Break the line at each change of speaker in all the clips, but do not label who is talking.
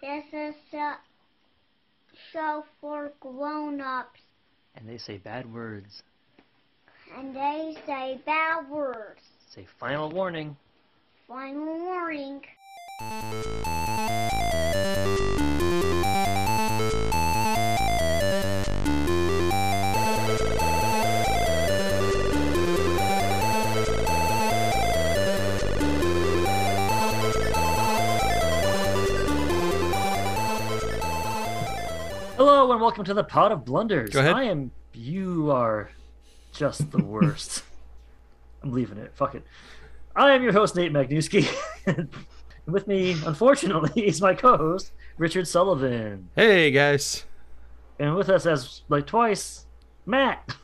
This is a show for grown-ups,
and they say bad words.
and they say bad words.
Say final warning.
Final warning.
Hello and welcome to the Pot of Blunders.
Go ahead.
I am. You are just the worst. I'm leaving it. Fuck it. I am your host Nate Magnuski. and With me, unfortunately, is my co-host Richard Sullivan,
Hey guys.
and with us as like twice, Matt,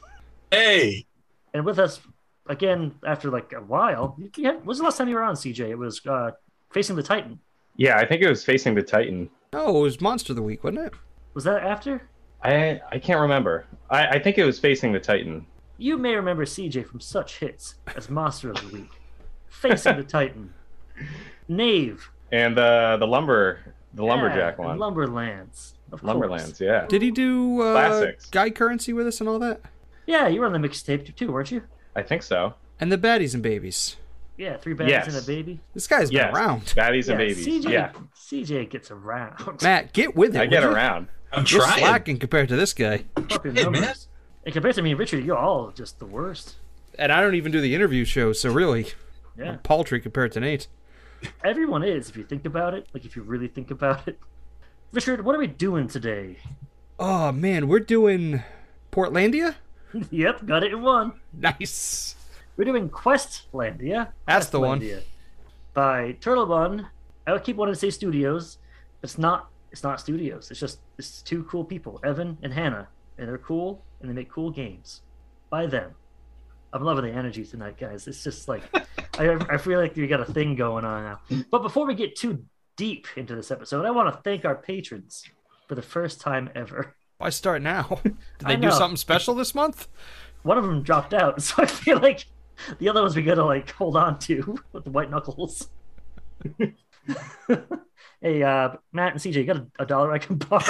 Hey,
and with us again after like a while. You can't- When was the last time you were on CJ? It was uh, facing the Titan.
Yeah, I think it was facing the Titan.
Oh, it was Monster of the Week, wasn't it?
Was that after?
I I can't remember. I, I think it was facing the Titan.
You may remember CJ from such hits as Monster of the Week, Facing the Titan, Knave,
And the the lumber the lumberjack
yeah, and
one.
Lumberlands, of course.
Lumberlands, yeah.
Did he do uh,
Classics.
guy currency with us and all that?
Yeah, you were on the mixtape too, weren't you?
I think so.
And the baddies and babies.
Yeah, three babies
Yes.
and a baby.
This guy's
Yes.
been around.
Baddies
yeah,
and babies.
CJ,
Yeah.
CJ gets around.
Matt, get with it.
I get
would you?
around.
I'm
You're
trying.
slacking compared to this guy.
Fucking
Hey,
numbers.
man.
And compared to me and Richard, you're all just the worst.
And I don't even do the interview show, so really,
Yeah,
I'm paltry compared to Nate.
everyone is if you think about it. Like if you really think about it. Richard, what are we doing today?
Oh man, we're doing Portlandia?
yep, got it in one.
Nice.
We're doing Questlandia.
That's the one.
Questlandia by Turtle Bun. I would keep wanting to say Studios. It's not. It's not Studios. It's just it's two cool people, Evan and Hannah, and they're cool and they make cool games. By them, I'm loving the energy tonight, guys. It's just like I, I feel like we got a thing going on now. But before we get too deep into this episode, I want to thank our patrons for the first time ever.
Why start now? Did
I
they do
know.
something special this month?
One of them dropped out, so I feel like the other ones we gotta like hold on to with the white knuckles. hey, uh, Matt and CJ, you got a, a dollar I can borrow?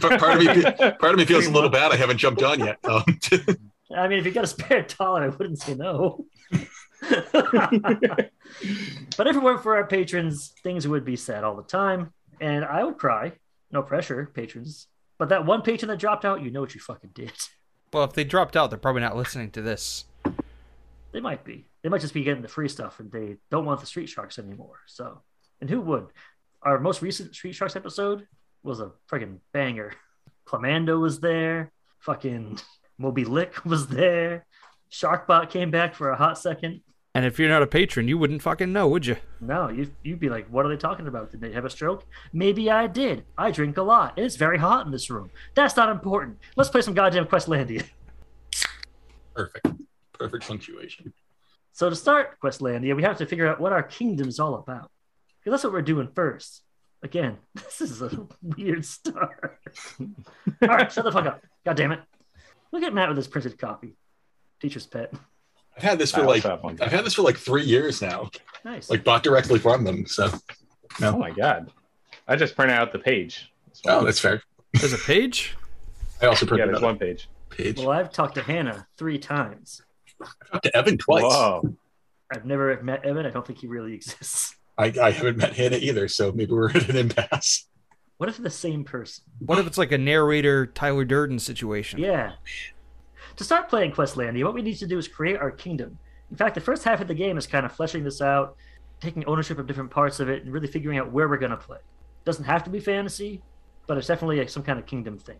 But part of me, part of me feels a little bad. I haven't jumped on yet. Um,
I mean, if you got a spare dollar, I wouldn't say no. but if it weren't for our patrons, things would be sad all the time, and I would cry. No pressure, patrons. But that one patron that dropped out, you know what you fucking did.
Well, if they dropped out, they're probably not listening to this.
They might be. They might just be getting the free stuff and they don't want the Street Sharks anymore. So, and who would? Our most recent Street Sharks episode was a freaking banger. Clamando was there. Fucking Moby Lick was there. Sharkbot came back for a hot second.
And if you're not a patron, you wouldn't fucking know, would you?
No, you, you'd be like, what are they talking about? Did they have a stroke? Maybe I did. I drink a lot. It's very hot in this room. That's not important. Let's play some goddamn Questlandia.
perfect, perfect punctuation.
So to start Questlandia, we have to figure out what our kingdom's all about. Because that's what we're doing first. Again, this is a weird start. all right, shut the fuck up. God damn it. Look at Matt with his printed copy. Teacher's pet.
I've had this
I
for
also
like
have one.
I've had this for like three years now.
Nice.
Like bought directly from them. So
Oh my god. I just print out the page. That's
oh,
one.
that's fair.
There's a page?
I also
yeah,
printed
there's
another
one page.
page.
well, I've talked to Hannah three times.
Talked to Evan twice.
Whoa.
I've never met Evan. I don't think he really exists.
I, I haven't met Hannah either, so maybe we're at an impasse.
What if they're the same person?
What if it's like a narrator Tyler Durden situation?
Yeah. To start playing Questlandia, what we need to do is create our kingdom. In fact, the first half of the game is kind of fleshing this out, taking ownership of different parts of it, and really figuring out where we're going to play. Doesn't have to be fantasy, but it's definitely like some kind of kingdom thing.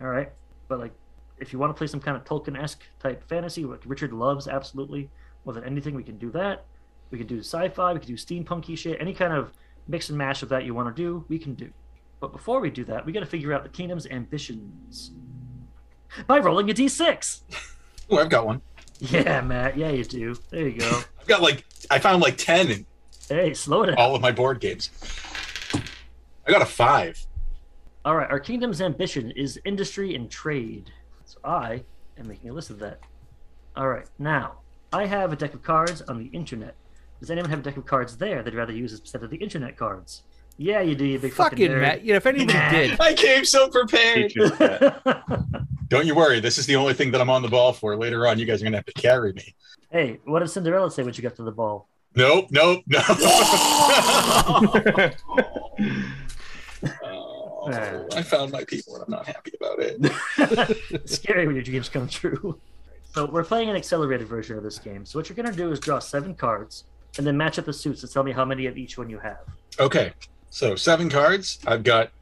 All right, but like if you want to play some kind of Tolkien-esque type fantasy, what Richard loves absolutely more than anything, we can do that. We can do sci-fi, we can do steampunky shit, any kind of mix and mash of that you want to do, we can do. But before we do that, we got to figure out the kingdom's ambitions by rolling a d6.
Oh, I've got one.
Yeah, Matt. Yeah, you do. There you go.
I've got like I found like ten in
hey, slow down.
all of my board games. I got a five.
All right, our kingdom's ambition is industry and trade. So I am making a list of that. All right, now I have a deck of cards on the internet. Does anyone have a deck of cards there they'd rather use instead of the internet cards? Yeah, you do, you big fucking,
Fucking Matt. You know, if anybody did,
I came so prepared.
Teacher's pet.
nerd.
Don't you worry. This is the only thing that I'm on the ball for. Later on, you guys are going to have to carry me.
hey, what did Cinderella say when she got to the ball?
Nope, nope, no.
Oh. Yeah.
I found my people and I'm not happy about it.
It's scary when your dreams come true. So we're playing an accelerated version of this game. So what you're gonna do is draw seven cards and then match up the suits and tell me how many of each one you have.
Okay, so seven cards. I've got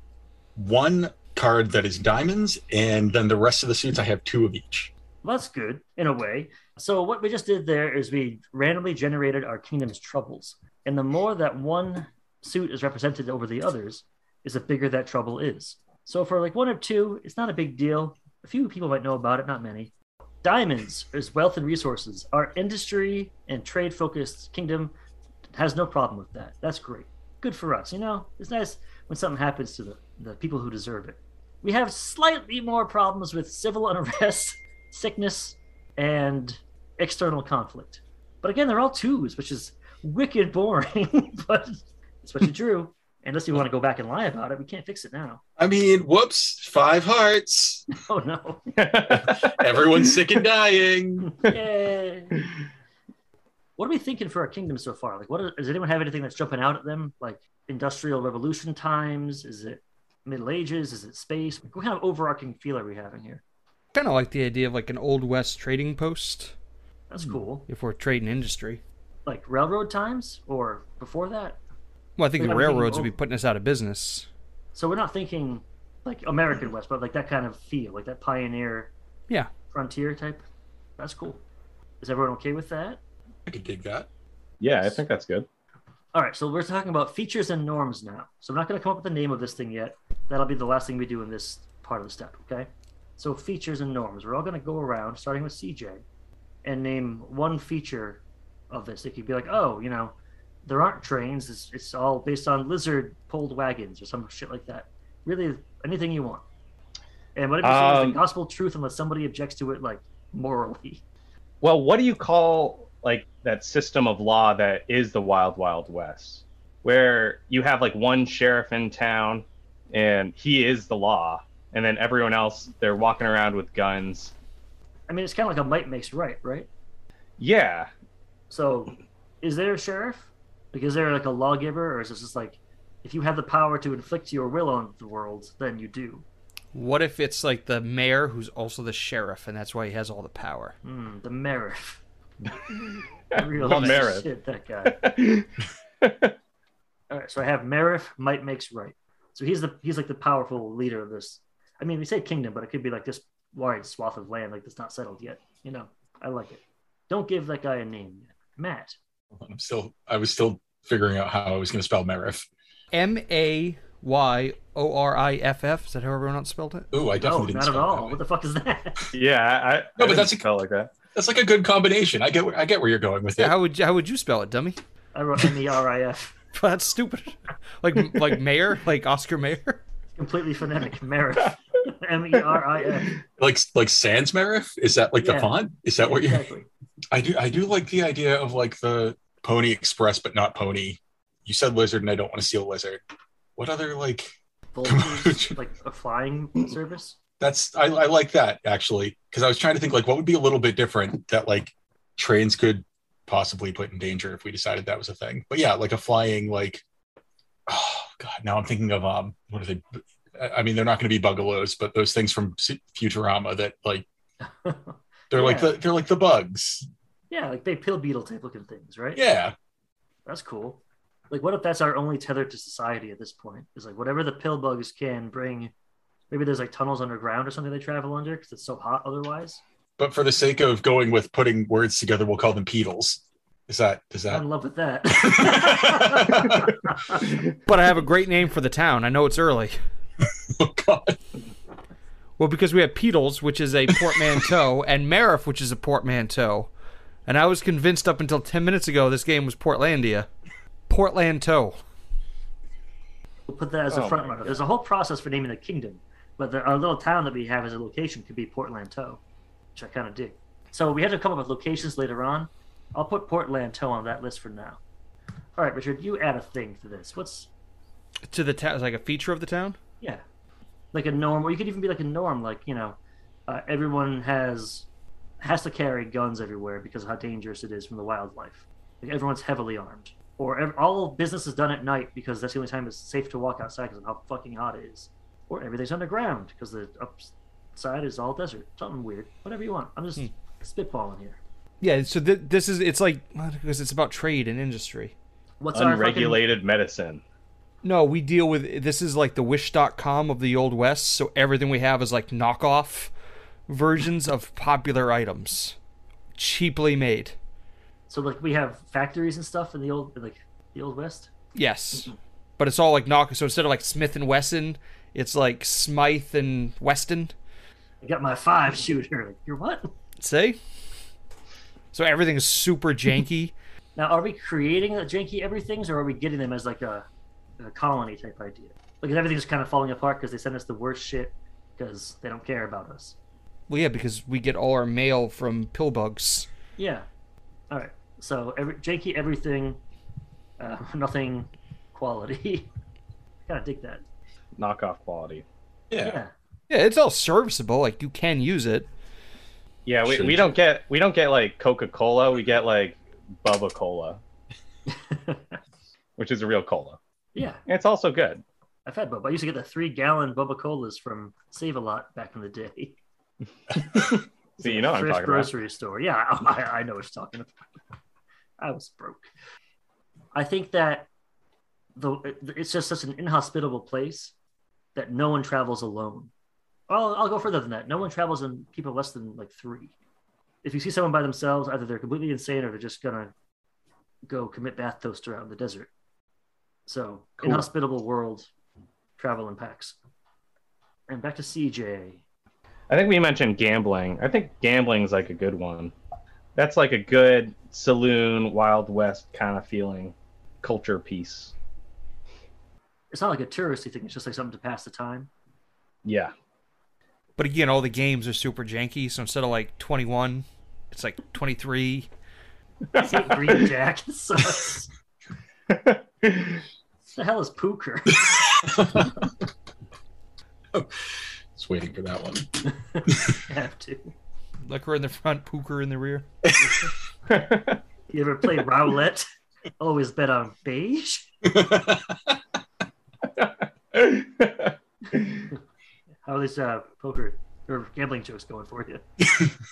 one card that is diamonds, and then the rest of the suits, I have two of each.
Well, that's good in a way. So what we just did there is we randomly generated our kingdom's troubles, and the more that one suit is represented over the others, is the bigger that trouble is. So for like one or two, it's not a big deal. A few people might know about it, not many. Diamonds is wealth and resources. Our industry and trade focused kingdom has no problem with that. That's great. Good for us. You know, it's nice when something happens to the, the people who deserve it. We have slightly more problems with civil unrest, sickness, and external conflict. But again, they're all twos, which is wicked boring, but it's what you drew. Unless you want to go back and lie about it, we can't fix it now.
I mean, whoops, five hearts.
Oh no.
Everyone's sick and dying.
Yay. What are we thinking for our kingdom so far? Like, what is, does anyone have anything that's jumping out at them? Like industrial revolution times? Is it Middle Ages? Is it space? What kind of overarching feel are we having here?
kind of like the idea of like an old west trading post
That's cool.
if we're trading industry.
Like railroad times or before that?
Well, I think
Yeah,
the
I'm thinking
railroads would be
both.
putting us out of business.
So we're not thinking like American West, but like that kind of feel, like that pioneer
Yeah.
frontier type. That's cool. Is everyone okay with that?
I could dig that.
yeah, I think that's good.
All right, so we're talking about features and norms now. So I'm not going to come up with the name of this thing yet. That'll be the last thing we do in this part of the step, okay? So features and norms. We're all going to go around, starting with CJ, and name one feature of this. It could be like, oh, you know, there aren't trains. It's, it's all based on lizard pulled wagons or some shit like that. Really, anything you want. And what if you say it's
Um,
the gospel truth unless somebody objects to it, like morally?
Well, what do you call like that system of law that is the Wild Wild West, where you have like one sheriff in town, and he is the law, and then everyone else they're walking around with guns.
I mean, it's kind of like a might makes right, right?
Yeah,
So, is there a sheriff? Like, is there like a lawgiver, or is this just like, if you have the power to inflict your will on the world, then you do?
What if it's like the mayor who's also the sheriff and that's why he has all the power?
Hmm, the Merif. I realized
Merif.
shit that guy. All right, so I have Merif. Might makes right. So he's the he's like the powerful leader of this. I mean, we say kingdom, but it could be like this wide swath of land, like that's not settled yet. You know, I like it. Don't give that guy a name yet, Matt.
I'm still, I was still figuring out how I was going to spell Merif.
M A Y O R I F F. Is that how everyone else spelled it?
Ooh, I
No,
definitely
not
didn't
at
spell it that
all.
way.
What the fuck is that?
yeah. I, I
but
didn't
that's a-
spell like that.
That's like a good combination. I get, where- I get where you're going with it.
How would you, how would you spell it, dummy?
I wrote M E R I F.
That's stupid. Like like mayor, like Oscar Mayer.
completely phonetic Merif. M E R I F.
Like, like Sans Merif. Is that like
Yeah.
the font? Is that what you're?
Exactly.
I do, I do like the idea of like the Pony Express, but not Pony. You said lizard, and I don't want to see a lizard. What other like?
Vultures, like a flying
Hmm.
service.
That's I, I like that actually because I was trying to think like what would be a little bit different that like trains could possibly put in danger if we decided that was a thing. But yeah, like a flying like oh god, now I'm thinking of um what are they? I- I mean, they're not going to be bugalows, but those things from Su- Futurama that like they're like
Yeah.
the they're like the bugs.
yeah, like they pill beetle type looking things, right?
Yeah,
That's cool. Like, what if that's our only tether to society at this point? Is like whatever the pill bugs can bring. Maybe there's like tunnels underground or something they travel under because it's so hot otherwise.
but for the sake of going with putting words together, we'll call them pedals. Is that is
I'm
that?
in love with that.
But I have a great name for the town. I know it's early.
oh god,
Well, because we have Petals, which is a portmanteau, and Marif, which is a portmanteau. And I was convinced up until 10 minutes ago this game was Portlandia. Portlanteau.
we'll put that as a
Oh
front
my
runner. There's a whole process for naming the kingdom, but the, our little town that we have as a location could be Portland Toe, which I kind of dig. So we had to come up with locations later on. I'll put Portland Toe on that list for now. All right, Richard, you add a thing to this. What's
to the town, like a feature of the town.
Yeah, like a norm, or you could even be like a norm, like you know, uh, everyone has has to carry guns everywhere because of how dangerous it is from the wildlife. Like everyone's heavily armed, or ev- all business is done at night because that's the only time it's safe to walk outside because of how fucking hot it is, or everything's underground because the upside is all desert. Something weird, whatever you want. I'm just spitballing here.
Yeah, so th- this is it's like because it's about trade and industry.
What's our fucking-
Unregulated medicine.
No, we deal with this is like the wish.com of the old west, so everything we have is like knockoff versions of popular items, cheaply made.
So like we have factories and stuff in the old like the old west.
Yes. But it's all like knock so instead of like Smith and Wesson, it's like Smythe and Weston.
I got my five shooter. Like, You're what?
See? So everything's super janky.
Now, are we creating the janky everything's, or are we getting them as like a, a colony type idea? Like everything's kind of falling apart because they send us the worst shit because they don't care about us.
well yeah, because we get all our mail from pillbugs.
Yeah. All right. So every, janky everything, uh, nothing quality. Gotta dig that.
Knockoff quality.
Yeah.
Yeah.
Yeah, it's all serviceable, like you can use it.
Yeah, we,
Should-
we don't get we don't get like Coca Cola. We get like Bubba Cola,
Yeah.
which is a real cola. And it's also good.
I've had Bubba. I used to get the three gallon Bubba Colas from Save a Lot back in the day.
See, you know what I'm
Thrift
talking about.
grocery store. Yeah, I, I know what you're talking about. I was broke. I think that the it's just such an inhospitable place that no one travels alone. Well, I'll go further than that. No one travels in people less than like three. If you see someone by themselves, either they're completely insane or they're just gonna go commit bath toast around the desert. So
Cool.
inhospitable world, travel in packs. And back to CJ.
I think we mentioned gambling. I think gambling's like a good one. That's like a good saloon, Wild West kind of feeling, culture piece.
It's not like a touristy thing. It's just like something to pass the time.
Yeah.
But again, all the games are super janky, so instead of like 21, it's like 23.
See, Green Jack sucks. the hell is Pooker?
Just waiting for that one.
Have to.
Liquor in the front, pooker in the rear.
You ever play roulette? Always bet on beige. How are these uh, poker or gambling jokes going for you?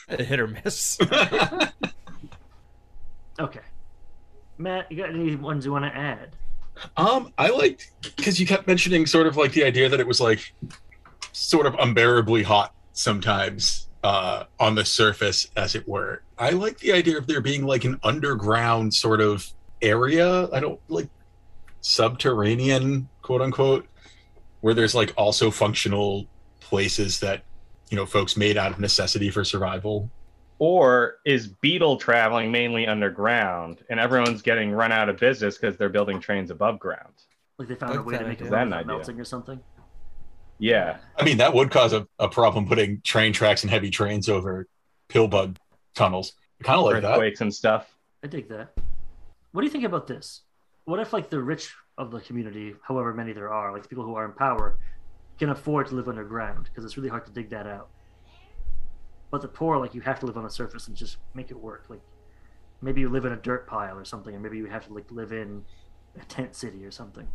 A hit or miss.
Okay, Matt, you got any ones you want to add?
Um, I liked because you kept mentioning sort of like the idea that it was like sort of unbearably hot sometimes uh, on the surface, as it were. I like the idea of there being like an underground sort of area. I don't like subterranean, quote unquote, where there's like also functional places that you know folks made out of necessity for survival.
or is beetle traveling mainly underground and everyone's getting run out of business because they're building trains above ground?
Like they found a
Like
way to
that
make it
idea.
That
run
idea.
without melting or something.
Yeah.
I mean, that would cause a, a problem putting train tracks and heavy trains over pillbug tunnels. Kind of like that.
Earthquakes and stuff.
I dig that. What do you think about this? What if like the rich of the community, however many there are, like the people who are in power, can afford to live underground because it's really hard to dig that out. But the poor, like you have to live on the surface and just make it work. Like maybe you live in a dirt pile or something, and maybe you have to like live in a tent city or something.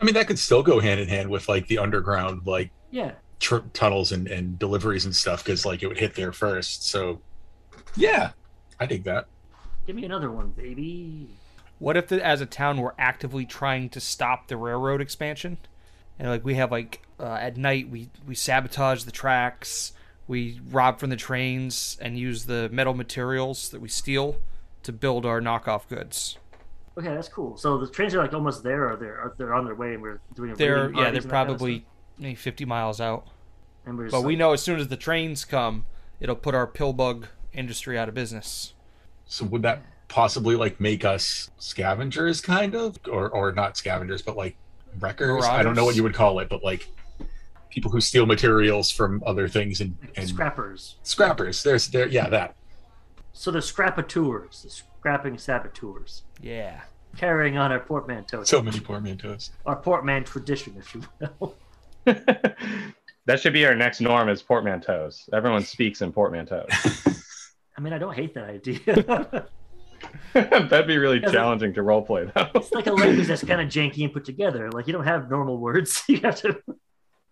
I mean, that could still go hand in hand with like the underground, like
Yeah,
tr- tunnels and, and deliveries and stuff, because like it would hit there first. So, yeah, I dig that.
give me another one, baby.
What if, the, as a town, we're actively trying to stop the railroad expansion? And like we have like uh, at night, we we sabotage the tracks, we rob from the trains, and use the metal materials that we steal to build our knockoff goods.
Okay, that's cool. So the trains are like almost there, or they're or they're on their way, and we're doing a
They're
raiding
yeah,
parties
they're
and that kind of
probably
stuff.
maybe 50 miles out.
And we're just
But we
like-
know as soon as the trains come, it'll put our pillbug industry out of business.
So, would that possibly like make us scavengers, kind of, or or not scavengers, but like wreckers? I don't know what
Marauders?
you would call it, but like people who steal materials from other things and, and
scrappers.
scrappers. There's there, yeah, that.
So the scrapateurs, the scrapping saboteurs.
Yeah.
carrying on our portmanteau,
So many portmanteaus.
our portman tradition, if you will.
that should be our next norm is portmanteaus. Everyone speaks in portmanteaus.
I mean, I don't hate that idea.
That'd be really
Yeah, but-
challenging to roleplay though.
it's like a language that's kind of janky and put together. Like you don't have normal words. You have to.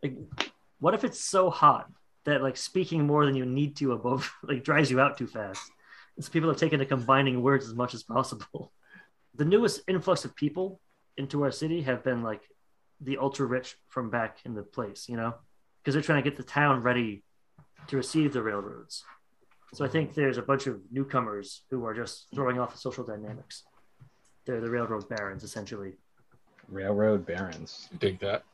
Like, what if it's so hot that like speaking more than you need to above like dries you out too fast? And so people have taken to combining words as much as possible. The newest influx of people into our city have been like the ultra rich from back in the place, you know, because they're trying to get the town ready to receive the railroads. So I think there's a bunch of newcomers who are just throwing off the social dynamics. They're the railroad barons, essentially.
Railroad barons.
Dig that.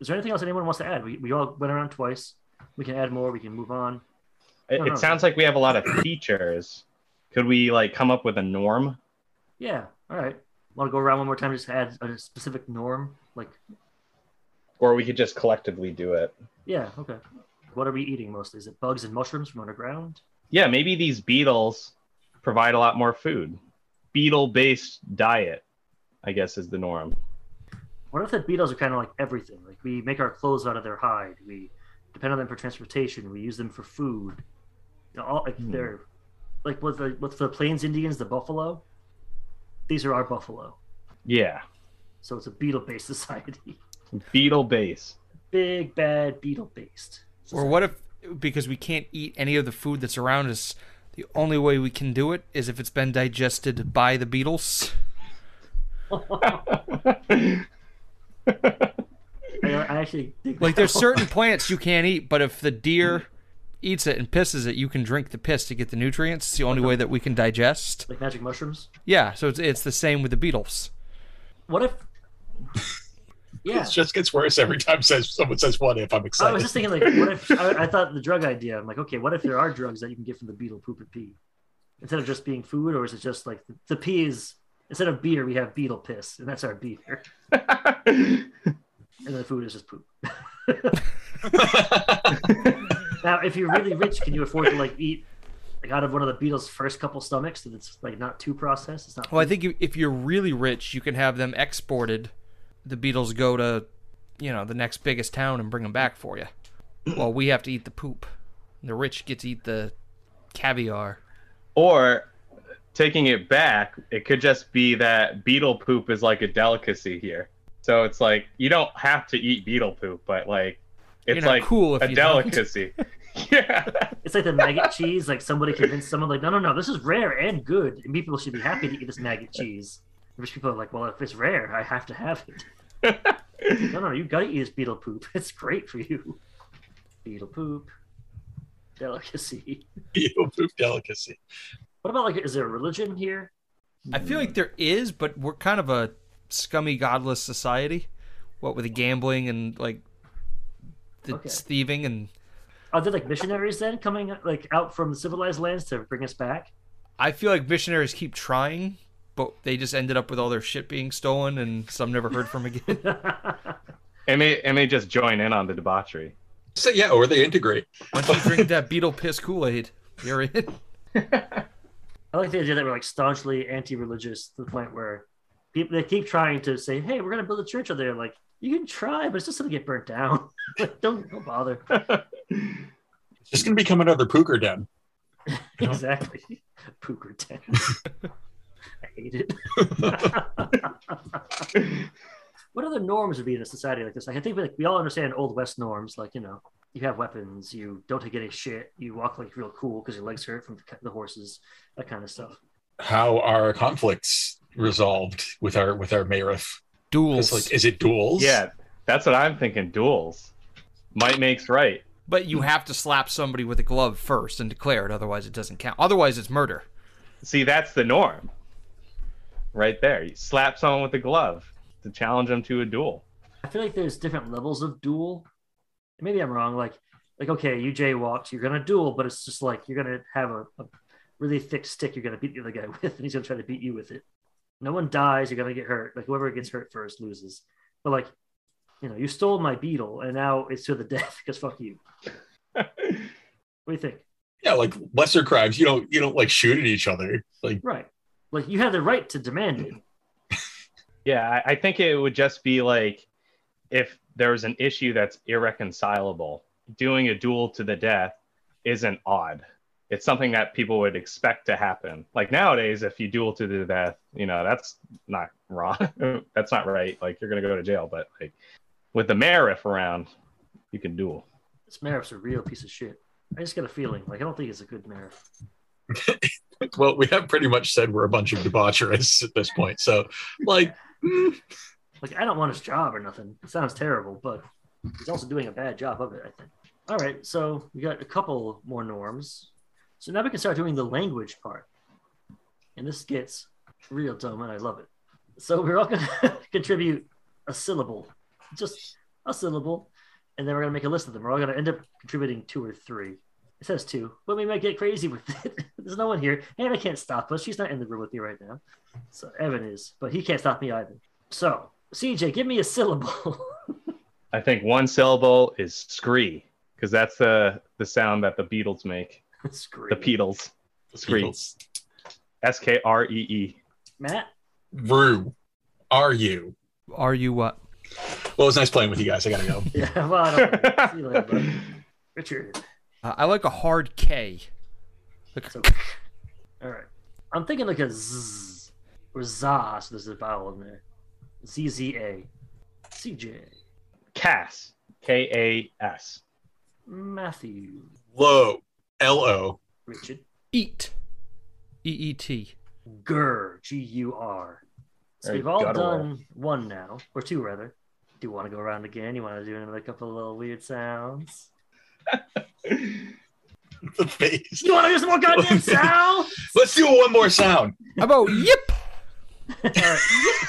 Is there anything else anyone wants to add? We, we all went around twice. We can add more. We can move on.
It,
No, no.
it sounds like we have a lot of features. Could we like come up with a norm?
Yeah. All right. Want to go around one more time? Just add a specific norm. Like,
Or we could just collectively do it.
yeah. Okay. What are we eating mostly? Is it bugs and mushrooms from underground?
Yeah, maybe these beetles provide a lot more food. Beetle based diet, I guess, is the norm.
What if the beetles are kind of like everything? Like we make our clothes out of their hide. We depend on them for transportation. We use them for food. You know, all like
Hmm.
they're like with the with the Plains Indians, the buffalo. These are our buffalo.
Yeah,
So it's a beetle-based society.
beetle based.
Big bad beetle-based.
Or what if because we can't eat any of the food that's around us, the only way we can do it is if it's been digested by the beetles?
I, I actually think
Like there's certain plants you can't eat, but if the deer eats it and pisses it, you can drink the piss to get the nutrients. It's the only way that we can digest.
like magic mushrooms.
Yeah, so it's it's the same with the beetles.
What if? Yeah,
It just gets worse every time says someone says what if I'm
I
excited.
was just thinking like, what if? I, I thought the drug idea. I'm like, okay, what if there are drugs that you can get from the beetle poop and pee, instead of just being food, or is it just like the, the pee is instead of beer we have beetle piss, and that's our beer, and the food is just poop. Now, if you're really rich, can you afford to like eat like out of one of the beetle's first couple stomachs that it's like not too processed? It's not.
Well, I think you- if you're really rich, you can have them exported. The beetles go to, you know, the next biggest town and bring them back for you. Well, we have to eat the poop. The rich get to eat the caviar.
Or taking it back, it could just be that beetle poop is like a delicacy here. So it's like you don't have to eat beetle poop, but like
You're
it's
not
like
cool if
a
you don't.
delicacy. yeah.
It's like the maggot cheese. Like somebody convinced someone, like, no, no, no, this is rare and good. And people should be happy to eat this maggot cheese. Rich people are like, well, if it's rare, I have to have it. no, no, you gotta eat this beetle poop. It's great for you. Beetle poop, delicacy.
Beetle poop delicacy.
What about like, is there a religion here?
I feel like there is, but we're kind of a scummy, godless society. What with the gambling and like the
Okay.
thieving and
Are there like missionaries then coming like out from civilized lands to bring us back?
I feel like missionaries keep trying, but they just ended up with all their shit being stolen and some never heard from again.
And they and they just join in on the debauchery.
So yeah, or they integrate.
Once you drink that beetle piss Kool Aid, you're in.
I like the idea that we're like staunchly anti-religious to the point where people they keep trying to say, "Hey, we're gonna build a church out there." Like you can try, but it's just gonna get burnt down. like, don't don't bother.
It's just gonna become another pooker den.
exactly. Pooker ten. I hate it. what other norms would be in a society like this? Like I think like, we all understand old west norms, like you know, you have weapons, you don't take any shit, you walk like real cool because your legs hurt from the, the horses, that kind of stuff.
How are conflicts resolved with our with our Mayriff?
Duels.
It's like is it duels?
Yeah, that's what I'm thinking. Duels. Might makes right.
But you have to slap somebody with a glove first and declare it, otherwise it doesn't count. Otherwise it's murder.
See, that's the norm. Right there. You slap someone with a glove to challenge them to a duel.
I feel like there's different levels of duel. Maybe I'm wrong. Like, like okay, you jaywalked, you're gonna duel, but it's just like you're gonna have a, a really thick stick. You're gonna beat the other guy with, and he's gonna try to beat you with it. No one dies. You're gonna get hurt. Like whoever gets hurt first loses. But like, you know, you stole my beetle, and now it's to the death because fuck you. what do you think?
Yeah, like lesser crimes. You don't you don't like shoot at each other. Like
Right. Like you have the right to demand it.
Yeah, I, I think it would just be like if there's an issue that's irreconcilable, doing a duel to the death isn't odd. It's something that people would expect to happen. Like nowadays, if you duel to the death, you know, that's not wrong. that's not right. Like you're gonna go to jail. But like with the Marif around, you can duel.
This Marif's a real piece of shit. I just got a feeling. Like I don't think he's a good Marif.
Well, we have pretty much said we're a bunch of debaucherists at this point. So, like, mm,
Like I don't want his job or nothing. It sounds terrible, but he's also doing a bad job of it, I think. All right, so we got a couple more norms. So now we can start doing the language part. And this gets real dumb and I love it. So we're all gonna contribute a syllable. Just a syllable. And then we're gonna make a list of them. We're all gonna end up contributing two or three. It says two, but we might get crazy with it. There's no one here. Hannah can't stop us. She's not in the room with me right now. So Evan is, but he can't stop me either. So, CJ, give me a syllable.
I think one syllable is scree because that's the the sound that the Beatles make.
Scream.
The Beatles, Scree.
Beatles.
S K R E E.
Matt,
Rue, are you?
Are you uh, what?
Well, it was nice playing with you guys. I gotta go.
yeah, well, I don't see you later, bud. Richard.
Uh, I like a hard K. Like,
So, all right. I'm thinking like a z or za. So there's a vowel in there. Z Z A. CJ.
Cass. K A S.
Matthew.
Low, L O.
Richard.
eat. E E T.
Gur. G U R. So
All right,
we've all
gotta roll.
done one now, or two rather. Do you want to go around again? You want to do another couple of little weird sounds?
The face.
You want to do some more goddamn sounds?
Let's do one more sound.
How about yip?
All right.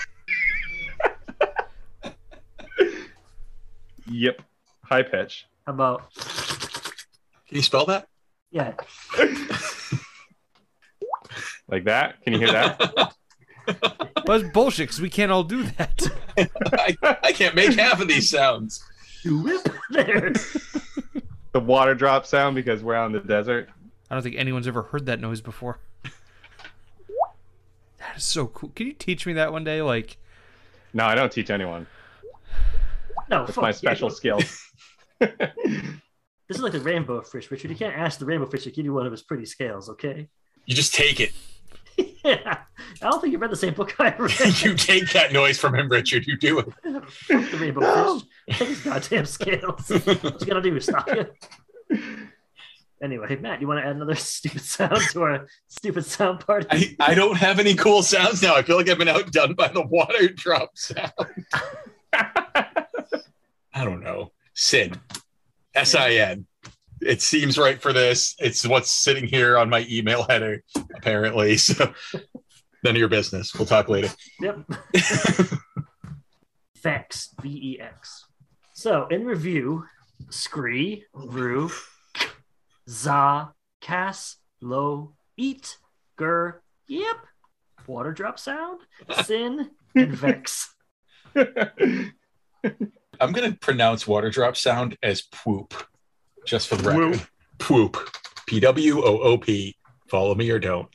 Yep. High pitch.
How about
Can you spell that?
yeah?
Like that. Can you hear that?
Well, that's bullshit 'cause we can't all do that.
I, I can't make half of these sounds.
Do it there.
the water drop sound because we're out in the desert.
I don't think anyone's ever heard that noise before. That is so cool. Can you teach me that one day? Like,
No, I don't teach anyone.
No,
It's
fuck
my
you.
special skill.
This is like the rainbow fish, Richard. You can't ask the rainbow fish to give you one of his pretty scales, okay?
You just take it.
yeah. I don't think you read the same book I read.
you take that noise from him, Richard. You do it.
Fuck the rainbow fish. Take his goddamn scales. What's he gonna do? Stop you? Anyway, Matt, you want to add another stupid sound to our stupid sound party?
I, I don't have any cool sounds now. I feel like I've been outdone by the water drop sound. I don't know. Sid. S I N. It seems right for this. It's what's sitting here on my email header, apparently. So none of your business. We'll talk later.
Yep. Vex, V E X. So, in review, Scree, Rue, Za, Cass, Lo, Eat, Gur, Yep, Water Drop Sound, Sin, and Vex.
I'm going to pronounce water drop sound as poop, just for the
Whoop.
record. Poop. P W O O P. Follow me or don't.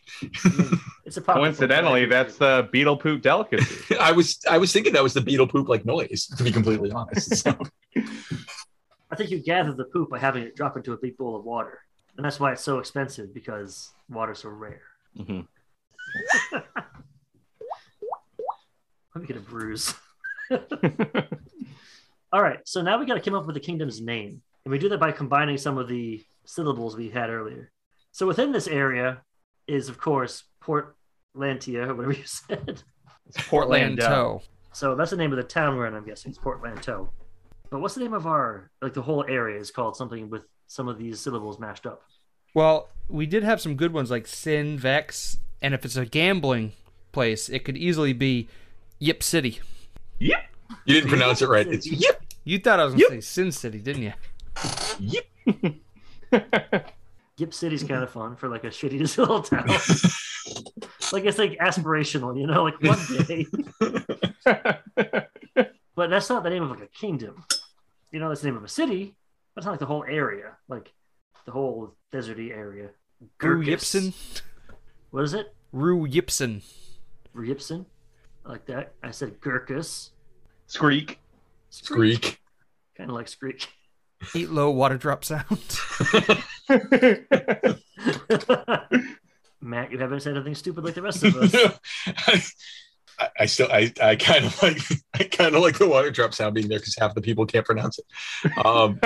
It's a pop.
Coincidentally, that's the beetle poop delicacy.
I was I was thinking that was the beetle poop like noise. To be completely honest, So,
I think you gather the poop by having it drop into a big bowl of water. And that's why it's so expensive because water's so rare.
Mhm.
Let me get a bruise. All right, so now we got to come up with the kingdom's name, and we do that by combining some of the syllables we had earlier. So within this area is, of course, Portlandia, or whatever you said.
It's
Portlanteau.
So that's the name of the town we're in. I'm guessing it's Portlanteau. But what's the name of our like the whole area is called something with some of these syllables mashed up.
Well, we did have some good ones like Sin, Vex, and if it's a gambling place, it could easily be Yip City.
Yep.
you didn't pronounce it right. It's yip
You thought I was gonna
Yip.
say Sin City, didn't you?
yip.
Gip City's kind of fun for like a shitty little town. like it's like aspirational, you know, like one day.
Mm-hmm.
but that's not the name of like a kingdom. You know, that's the name of a city, but it's not like the whole area, like the whole deserty area.
Rue
Gurgis.
Yipson.
What is it?
Rue Yipson.
Ryipson? I like that. I said Gurkus.
Screak.
Squeak.
Kind of like Screech.
Eat low water drop sound.
Matt, you haven't said anything stupid like the rest of us.
I, I still, I, I kind of like, I kind of like the water drop sound being there because half the people can't pronounce it. Um,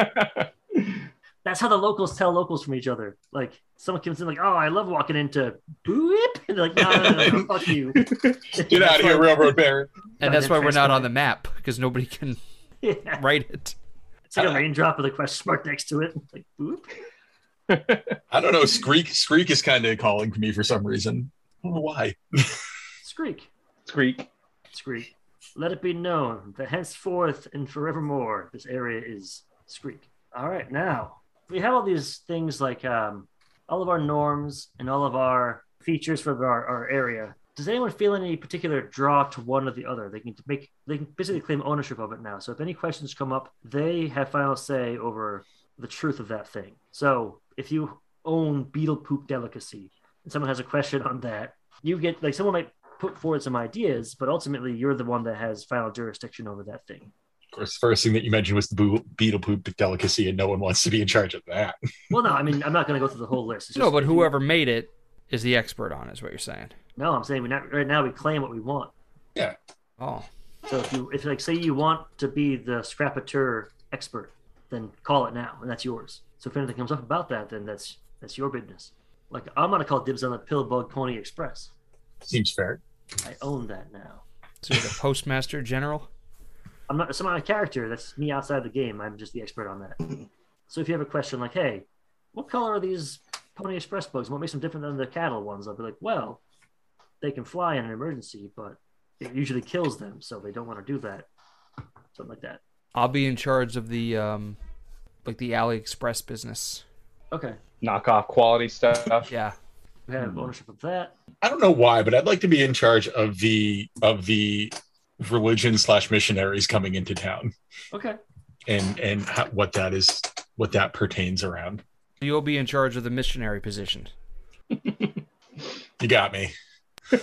That's how the locals tell locals from each other. Like someone comes in, like, "Oh, I love walking into boop," and they're like, "No, no, no, no fuck you,
get out of here, railroad Baron.
and that's why we're not on the map because nobody can
Yeah.
write it.
It's like a raindrop with a question mark next to it. Like boop.
I don't know. Screek, Screek is kind of calling to me for some reason. I don't know why.
Screech.
Screak.
Screech. Let it be known that henceforth and forevermore, this area is Screech. All right, now we have all these things like um, all of our norms and all of our features for our, our area. Does anyone feel any particular draw to one or the other? They can make they can basically claim ownership of it now. So if any questions come up, they have final say over the truth of that thing. So if you own beetle poop delicacy and someone has a question on that, you get like someone might put forward some ideas, but ultimately you're the one that has final jurisdiction over that thing.
Of course, the first thing that you mentioned was the boo- beetle poop delicacy, and no one wants to be in charge of that.
Well, no, I mean I'm not going to go through the whole list. It's
No,
just-
but whoever made it is the expert on, it, is what you're saying.
No, I'm saying we not right now we claim what we want.
Oh,
So if you if like say you want to be the scrappateur expert, then call it now, and that's yours. So if anything comes up about that, then that's that's your business. Like I'm going to call dibs on the pill bug pony express.
Seems fair.
I own that now.
so you're the postmaster general.
I'm not some a character. That's me outside the game. I'm just the expert on that. So if you have a question like, "Hey, what color are these Pony Express bugs? What makes them different than the cattle ones?" I'll be like, "Well, they can fly in an emergency, but it usually kills them, so they don't want to do that." Something like that.
I'll be in charge of the um, like the AliExpress business.
Okay,
Knockoff quality stuff.
Yeah,
we have
Hmm.
ownership of that.
I don't know why, but I'd like to be in charge of the of the religion slash missionaries coming into town,
Okay,
and and how, what that is, what that pertains around.
you'll be in charge of the missionary position.
You got me.
you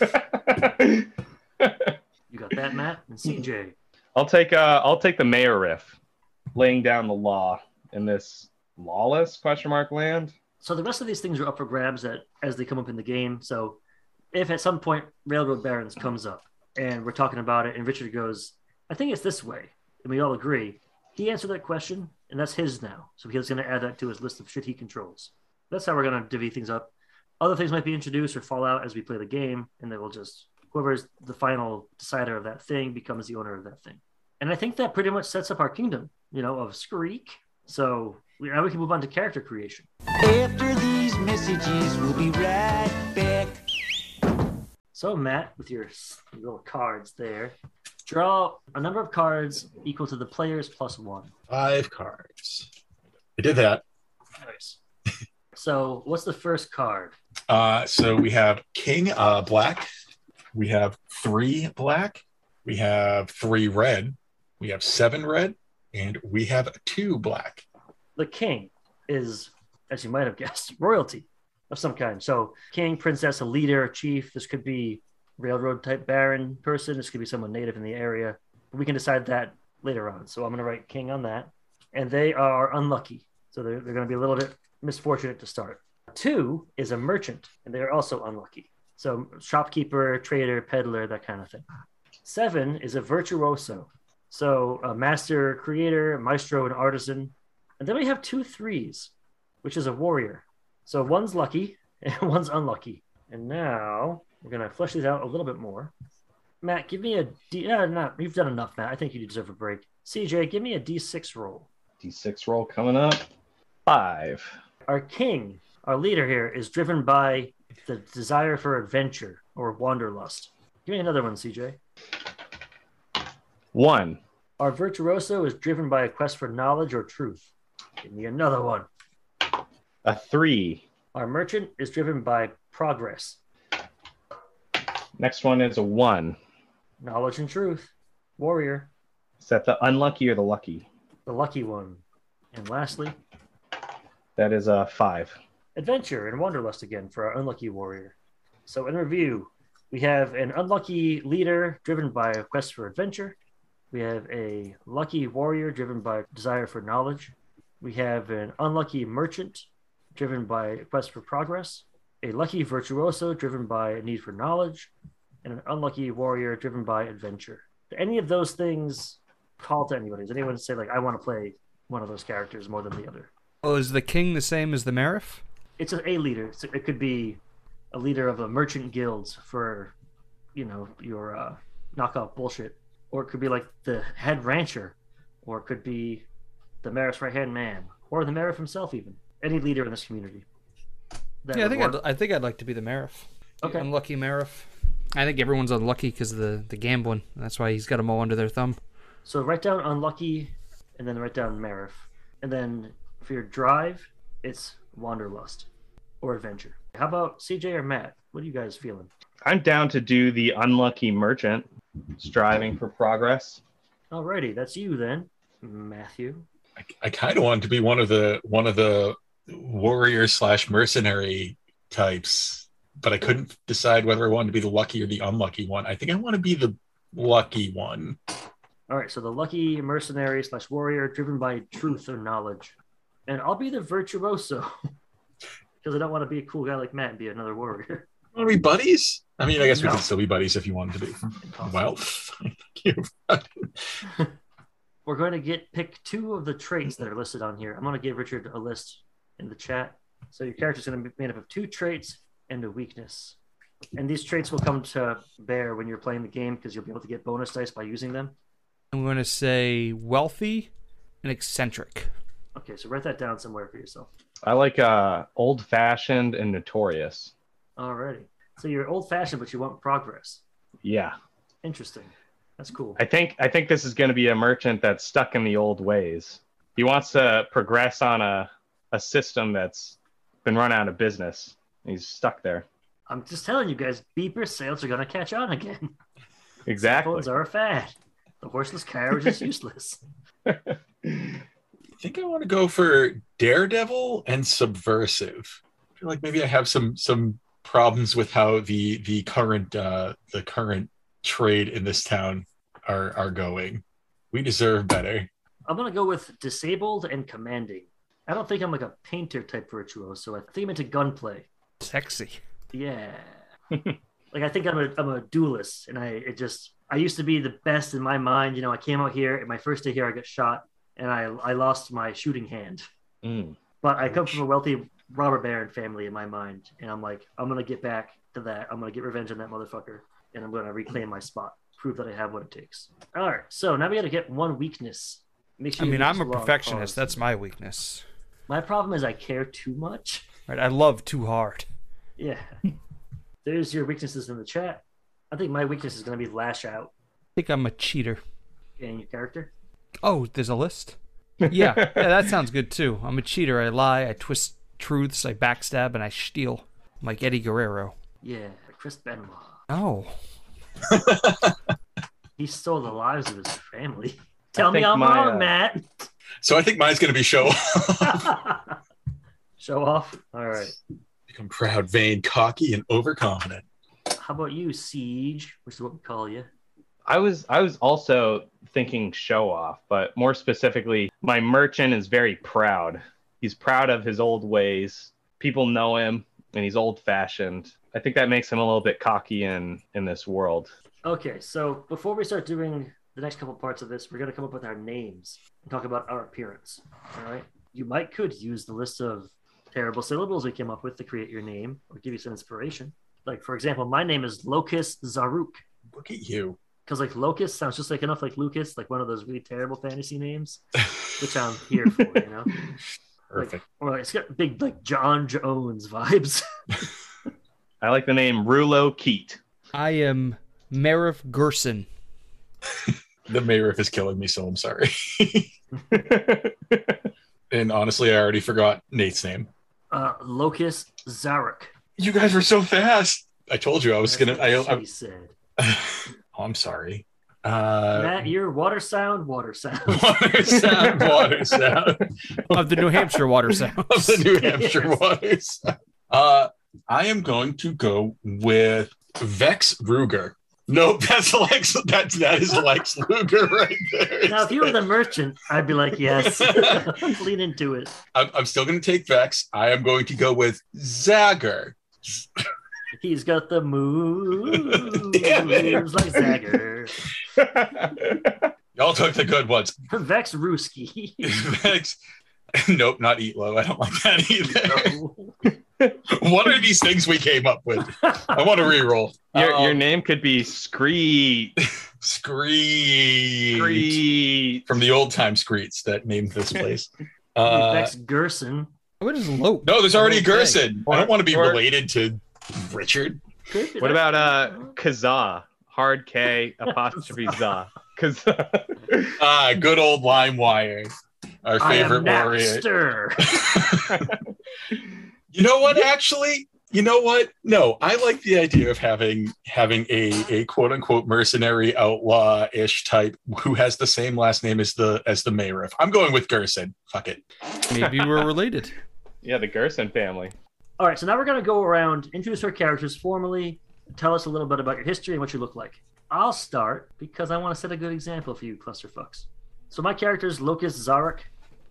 got that, Matt and CJ.
I'll take uh I'll take the mayor riff, laying down the law in this lawless question mark land.
So the rest of these things are up for grabs that as they come up in the game. So if at some point Railroad Barons comes up and we're talking about it, and Richard goes, "I think it's this way," and we all agree, he answered that question, and that's his now. So he's going to add that to his list of shit he controls. That's how we're going to divvy things up. Other things might be introduced or fall out as we play the game, and then we'll just whoever's the final decider of that thing becomes the owner of that thing. And I think that pretty much sets up our kingdom, you know, of Skreek. So we, now we can move on to character creation.
After these messages, we'll be right back.
So, Matt, with your s- little cards there, draw a number of cards equal to the player's plus one.
Five cards. I did that.
Nice. so, what's the first card?
Uh, so we have King uh, Black. We have three black. We have three red. We have seven red, and we have two black.
The king is, as you might have guessed, royalty of some kind. So, king, princess, a leader, chief. This could be railroad type baron person. This could be someone native in the area. We can decide that later on. So, I'm going to write king on that. And they are unlucky. So, they're, they're going to be a little bit misfortunate to start. Two is a merchant, and they're also unlucky. So, shopkeeper, trader, peddler, that kind of thing. Seven is a virtuoso. So, a master, creator, maestro, and artisan. And then we have two threes, which is a warrior. So, one's lucky and one's unlucky. And now we're going to flesh these out a little bit more. Matt, give me a D. Uh, not, you've done enough, Matt. I think you deserve a break. CJ, give me a D6 roll.
D6 roll coming up. Five.
our king, our leader here, is driven by the desire for adventure or wanderlust. Give me another one, CJ.
One.
Our virtuoso is driven by a quest for knowledge or truth. Give me another one.
A three.
Our merchant is driven by progress,
Next one is a one.
knowledge and truth. Warrior,
Is that the unlucky or the lucky?
the lucky one. And lastly,
That is a five.
adventure and wanderlust again for our unlucky warrior. So in review, We have an unlucky leader driven by a quest for adventure. We have a lucky warrior driven by desire for knowledge. We have an unlucky merchant driven by a quest for progress. A lucky virtuoso driven by a need for knowledge. And an unlucky warrior driven by adventure. Do any of those things call to anybody? Does anyone say, like, I want to play one of those characters more than the other?
Oh, is the king the same as the Merif?
it's a, a leader. So it could be a leader of a merchant guilds for, you know, your uh, knockoff bullshit, or it could be like the head rancher, or it could be the mayor's right hand man, or the mayor himself, even any leader in this community. That
Yeah, I
would
think
work.
I'd, I think I'd like to be the Merif.
Okay.
Unlucky Merif. I think everyone's unlucky because of the the gambling. That's why he's got them all under their thumb.
So write down unlucky, and then write down Marif, and then for your drive, it's wanderlust or adventure. How about CJ or Matt? What are you guys feeling?
I'm down to do the unlucky merchant, striving for progress.
Alrighty, that's you then, Matthew.
I, I kind of wanted to be one of the one of the warrior slash mercenary types, but I couldn't decide whether I wanted to be the lucky or the unlucky one. I think I want to be the lucky one.
All right, so the lucky mercenary slash warrior driven by truth or knowledge. And I'll be the virtuoso because I don't want to be a cool guy like Matt and be another warrior.
Are we buddies? I mean, I guess we
No.
can still be buddies if you wanted to be. Well, thank you.
We're going to get pick two of the traits that are listed on here. I'm going to give Richard a list in the chat. So your character's going to be made up of two traits and a weakness. And these traits will come to bear when you're playing the game because you'll be able to get bonus dice by using them.
I'm going to say wealthy and eccentric.
Okay, so write that down somewhere for yourself.
I like uh, old fashioned and notorious.
Alrighty. So you're old fashioned, but you want progress.
Yeah,
Interesting. That's cool.
I think I think this is going to be a merchant that's stuck in the old ways. He wants to progress on a a system that's been run out of business. He's stuck there.
I'm just telling you guys, beeper sales are gonna catch on again.
Exactly.
Phones are a fad. The horseless carriage is useless.
I think I want to go for daredevil and subversive. I feel like maybe I have some some problems with how the the current uh, the current trade in this town are are going. We deserve better.
I'm gonna go with disabled and commanding. I don't think I'm like a painter type virtuoso. I think I'm into gunplay.
Sexy.
Yeah. like I think I'm a I'm a duelist, and I it just I used to be the best in my mind. You know, I came out here, and my first day here, I got shot, and I I lost my shooting hand.
Mm.
But I come from a wealthy robber baron family in my mind, and I'm like, I'm gonna get back to that. I'm gonna get revenge on that motherfucker, and I'm gonna reclaim my spot, prove that I have what it takes. All right, so now we gotta get one weakness. Make
I
you
mean,
use
I'm a
long
perfectionist.
pause.
That's my weakness.
my problem is I care too much.
Right? I love too hard.
Yeah, there's your weaknesses in the chat. I think my weakness is gonna be lash out
I think I'm a cheater.
in your character.
Oh, there's a list. Yeah, yeah, that sounds good too. I'm a cheater. I lie. I twist truths. I backstab and I steal. I'm like Eddie Guerrero.
Yeah, Chris Benoit.
Oh,
He stole the lives of his family. Tell me
think
I'm
my,
wrong,
uh,
Matt.
So I think mine's going to be show
Show off. All right.
become proud, vain, cocky, and overconfident.
How about you, Siege? Which is what we call you.
I was I was also thinking show off, but more specifically, my merchant is very proud. He's proud of his old ways. People know him, and he's old fashioned. I think that makes him a little bit cocky in in this world.
Okay, so before we start doing the next couple parts of this, we're gonna come up with our names and talk about our appearance. All right. You might could use the list of terrible syllables we came up with to create your name or give you some inspiration. Like for example, my name is Locust Zaruk.
Look at you.
Because like locust sounds just like enough like Lucas, like one of those really terrible fantasy names, which I'm here for, you know.
Perfect.
Or like, it's got big like John Jones vibes.
I like the name Rulo Keat.
I am Merif Gerson.
The mayor is killing me, so I'm sorry. And honestly, I already forgot Nate's name.
Uh, Locust Zaruk.
You guys were so fast. I told you I was
That's
gonna.
what
I, I,
she said.
oh, I'm sorry. Uh,
Matt, your water sound, water sound.
water sound, water sound
of the New Hampshire Water
of
Sounds.
the New Hampshire waters. Uh, I am going to go with Vex Ruger. Nope, that's Lex. That's that is Lex Luger right there.
Now, if you were the merchant, I'd be like, yes, lean into it.
I'm, I'm still going to take Vex. I am going to go with Zagger.
He's got the moves
Damn it.
like Zagger.
Y'all took the good ones.
Vex Ruski.
Vex. Nope, not Eatlo. I don't like that either. what are these things we came up with? I want to reroll.
Your, your
Um,
name could be Scree.
Screech.
Scree.
From the old time Screets that named this place. Uh,
Vex Gerson.
What is Lope?
no, there's already a
The whole thing.
Gerson. I don't want to be
Or-
related to Richard.
Could be
What
that.
about uh Kazaa? Hard K apostrophe za. Kazaa.
Ah, good old LimeWire. Our
I am
favorite warrior.
Napster.
You know what? Actually, you know what? No, I like the idea of having having a a quote unquote mercenary outlaw ish type who has the same last name as the as the mayor. If I'm going with Gerson, fuck it.
Maybe we're related.
Yeah, the Gerson family.
All right, so now we're going to go around, introduce our characters formally, tell us a little bit about your history and what you look like. I'll start because I want to set a good example for you, clusterfucks. So my character is Locust Zarek.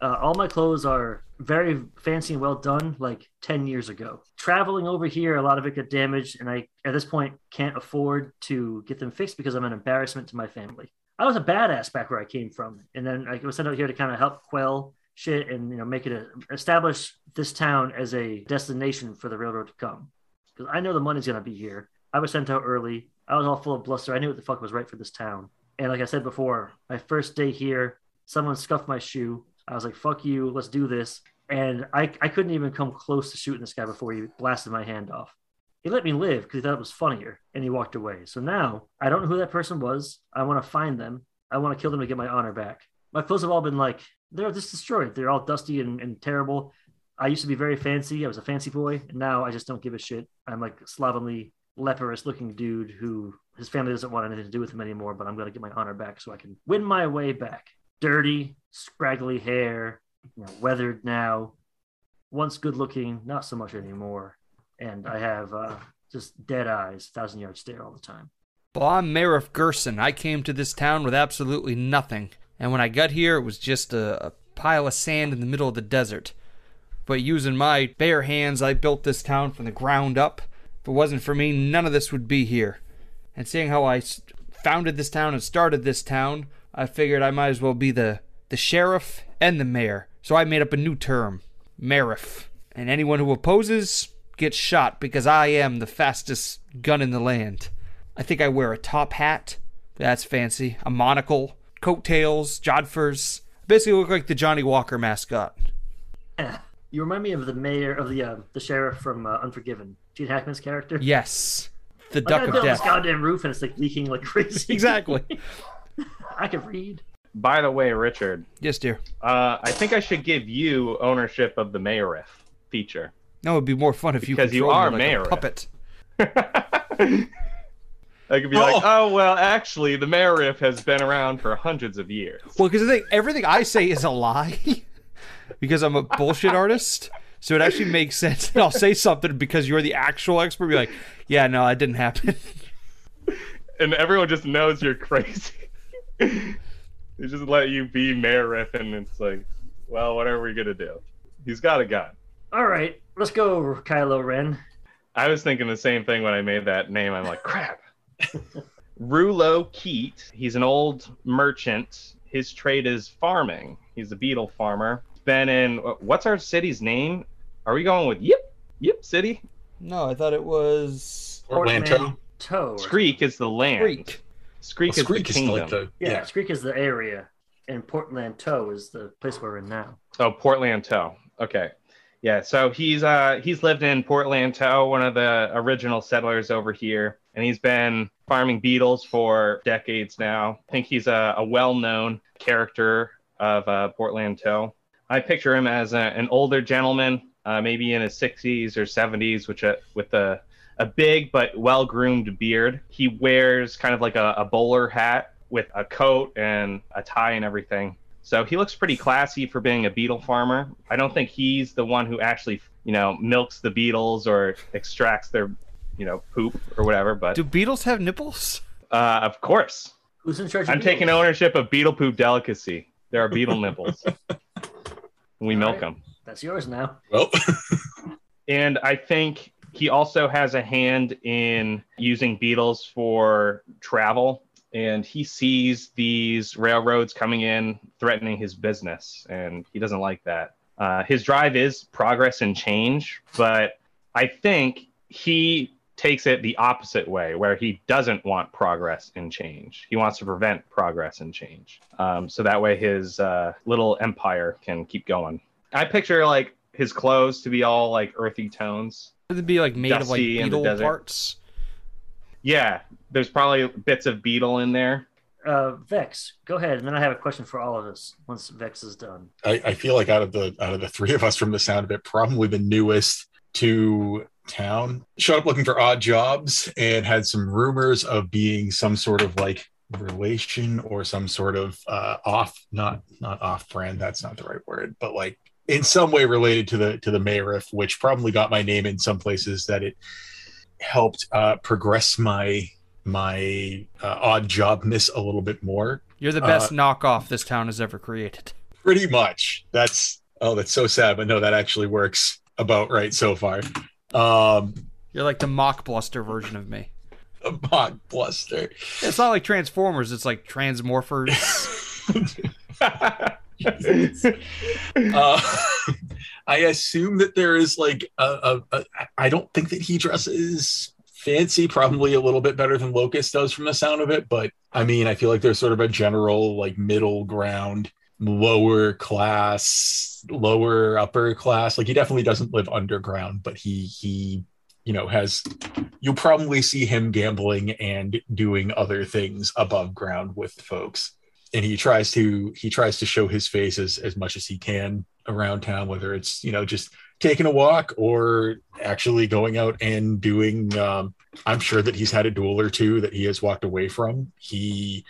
Uh, all my clothes are very fancy and well done, like 10 years ago. Traveling over here, a lot of it got damaged, and I, at this point, can't afford to get them fixed because I'm an embarrassment to my family. I was a badass back where I came from, and then I was sent out here to kind of help quell shit and you know make it a, establish this town as a destination for the railroad to come. Because I know the money's gonna be here. I was sent out early. I was all full of bluster. I knew what the fuck was right for this town. And like I said before, my first day here, someone scuffed my shoe. I was like, "Fuck you, let's do this." And I, I couldn't even come close to shooting this guy before he blasted my hand off. He let me live because he thought it was funnier, and he walked away. So now I don't know who that person was. I want to find them. I want to kill them to get my honor back. My clothes have all been like they're just destroyed. They're all dusty and, and terrible. I used to be very fancy. I was a fancy boy, and now I just don't give a shit. I'm like a slovenly, leprous looking dude who his family doesn't want anything to do with him anymore, but I'm going to get my honor back so I can win my way back. Dirty, scraggly hair, you know, weathered now, once good looking, not so much anymore. And I have uh, just dead eyes, thousand yard stare all the time.
Well, I'm Mayor of Gerson. I came to this town with absolutely nothing. And when I got here, it was just a, a pile of sand in the middle of the desert. But using my bare hands, I built this town from the ground up. If it wasn't for me, none of this would be here. And seeing how I s- founded this town and started this town, I figured I might as well be the, the sheriff and the mayor. So I made up a new term, Marif. And anyone who opposes gets shot because I am the fastest gun in the land. I think I wear a top hat. That's fancy. A monocle, coattails, jodhpurs. Basically, look like the Johnny Walker mascot.
You remind me of the mayor of the uh, the sheriff from uh, Unforgiven, Gene Hackman's character.
Yes, the
Like, I
Duck of
built this
Death.
goddamn roof and it's like leaking like crazy.
Exactly.
I can read.
By the way, Richard,
Yes, dear.
uh, I think I should give you ownership of the mayoress feature.
That would be more fun if you
Because you
controlled me like
are mayor.
a puppet.
I could be like, oh well, actually, the mayoress has been around for hundreds of years.
Well, because everything I say is a lie, because I'm a bullshit artist. So it actually makes sense. that I'll say something because you're the actual expert. Be like, yeah, no, that didn't happen.
and everyone just knows you're crazy. they just let you be Mayor Riff, and it's like, well, what are we gonna do? He's got a gun.
All right, let's go, Kylo Ren.
I was thinking the same thing when I made that name. I'm like, crap. Rulo Keat. He's an old merchant. His trade is farming. He's a beetle farmer. Been in what's our city's name? Are we going with Yip? Yip City?
No, I thought it was
Orlando.
Toe.
Screek is the land.
Greek.
Screek is
Screech
the
is
kingdom.
like the
Yeah,
yeah.
Screek is the area, and Portland Toe is the place we're in now.
Oh, Portlanteau. Okay. Yeah, so he's uh he's lived in Portlanteau, one of the original settlers over here, and he's been farming beetles for decades now. I think he's a, a well-known character of uh, Portlanteau. I picture him as a, an older gentleman, uh, maybe in his 60s or 70s, which uh, with a a big but well-groomed beard. He wears kind of like a, a bowler hat with a coat and a tie and everything. So he looks pretty classy for being a beetle farmer. I don't think he's the one who actually, you know, milks the beetles or extracts their you know, poop or whatever. But
Do beetles have nipples?
uh, of course,
Who's in charge? Of
I'm
beetles?
taking ownership of beetle poop delicacy. There are beetle nipples. We milk
Alright.
them.
That's yours now.
Well,
And I think he also has a hand in using beetles for travel. And he sees these railroads coming in, threatening his business, and he doesn't like that. Uh, his drive is progress and change, but I think he takes it the opposite way, where he doesn't want progress and change. He wants to prevent progress and change. Um, so that way his uh, little empire can keep going. I picture like his clothes to be all like earthy tones.
They'd be like made of like
Dusty in the
beetle
desert.
parts.
Yeah, there's probably bits of beetle in there.
Uh, Vex, go ahead, and then I have a question for all of us once Vex is done.
I, I feel like out of the out of the three of us, from the sound of it, probably the newest to town. Showed up looking for odd jobs and had some rumors of being some sort of like relation or some sort of uh, off not not off brand. That's not the right word, but like in some way related to the to the Mayriff, which probably got my name in some places that it helped uh, progress my my uh, odd jobness a little bit more
You're the
Uh,
best knockoff this town has ever created.
pretty much that's oh that's so sad but no that actually works about right so far um
You're like the mock bluster version of me.
a mock bluster
It's not like Transformers. It's like Transmorphers.
uh, i assume that there is like a, a, a i don't think that he dresses fancy probably a little bit better than locust does from the sound of it but i mean i feel like there's sort of a general like middle ground lower class lower upper class like he definitely doesn't live underground but he he you know has you'll probably see him gambling and doing other things above ground with folks and he tries to he tries to show his face as, as much as he can around town whether it's you know just taking a walk or actually going out and doing um, i'm sure that he's had a duel or two that he has walked away from he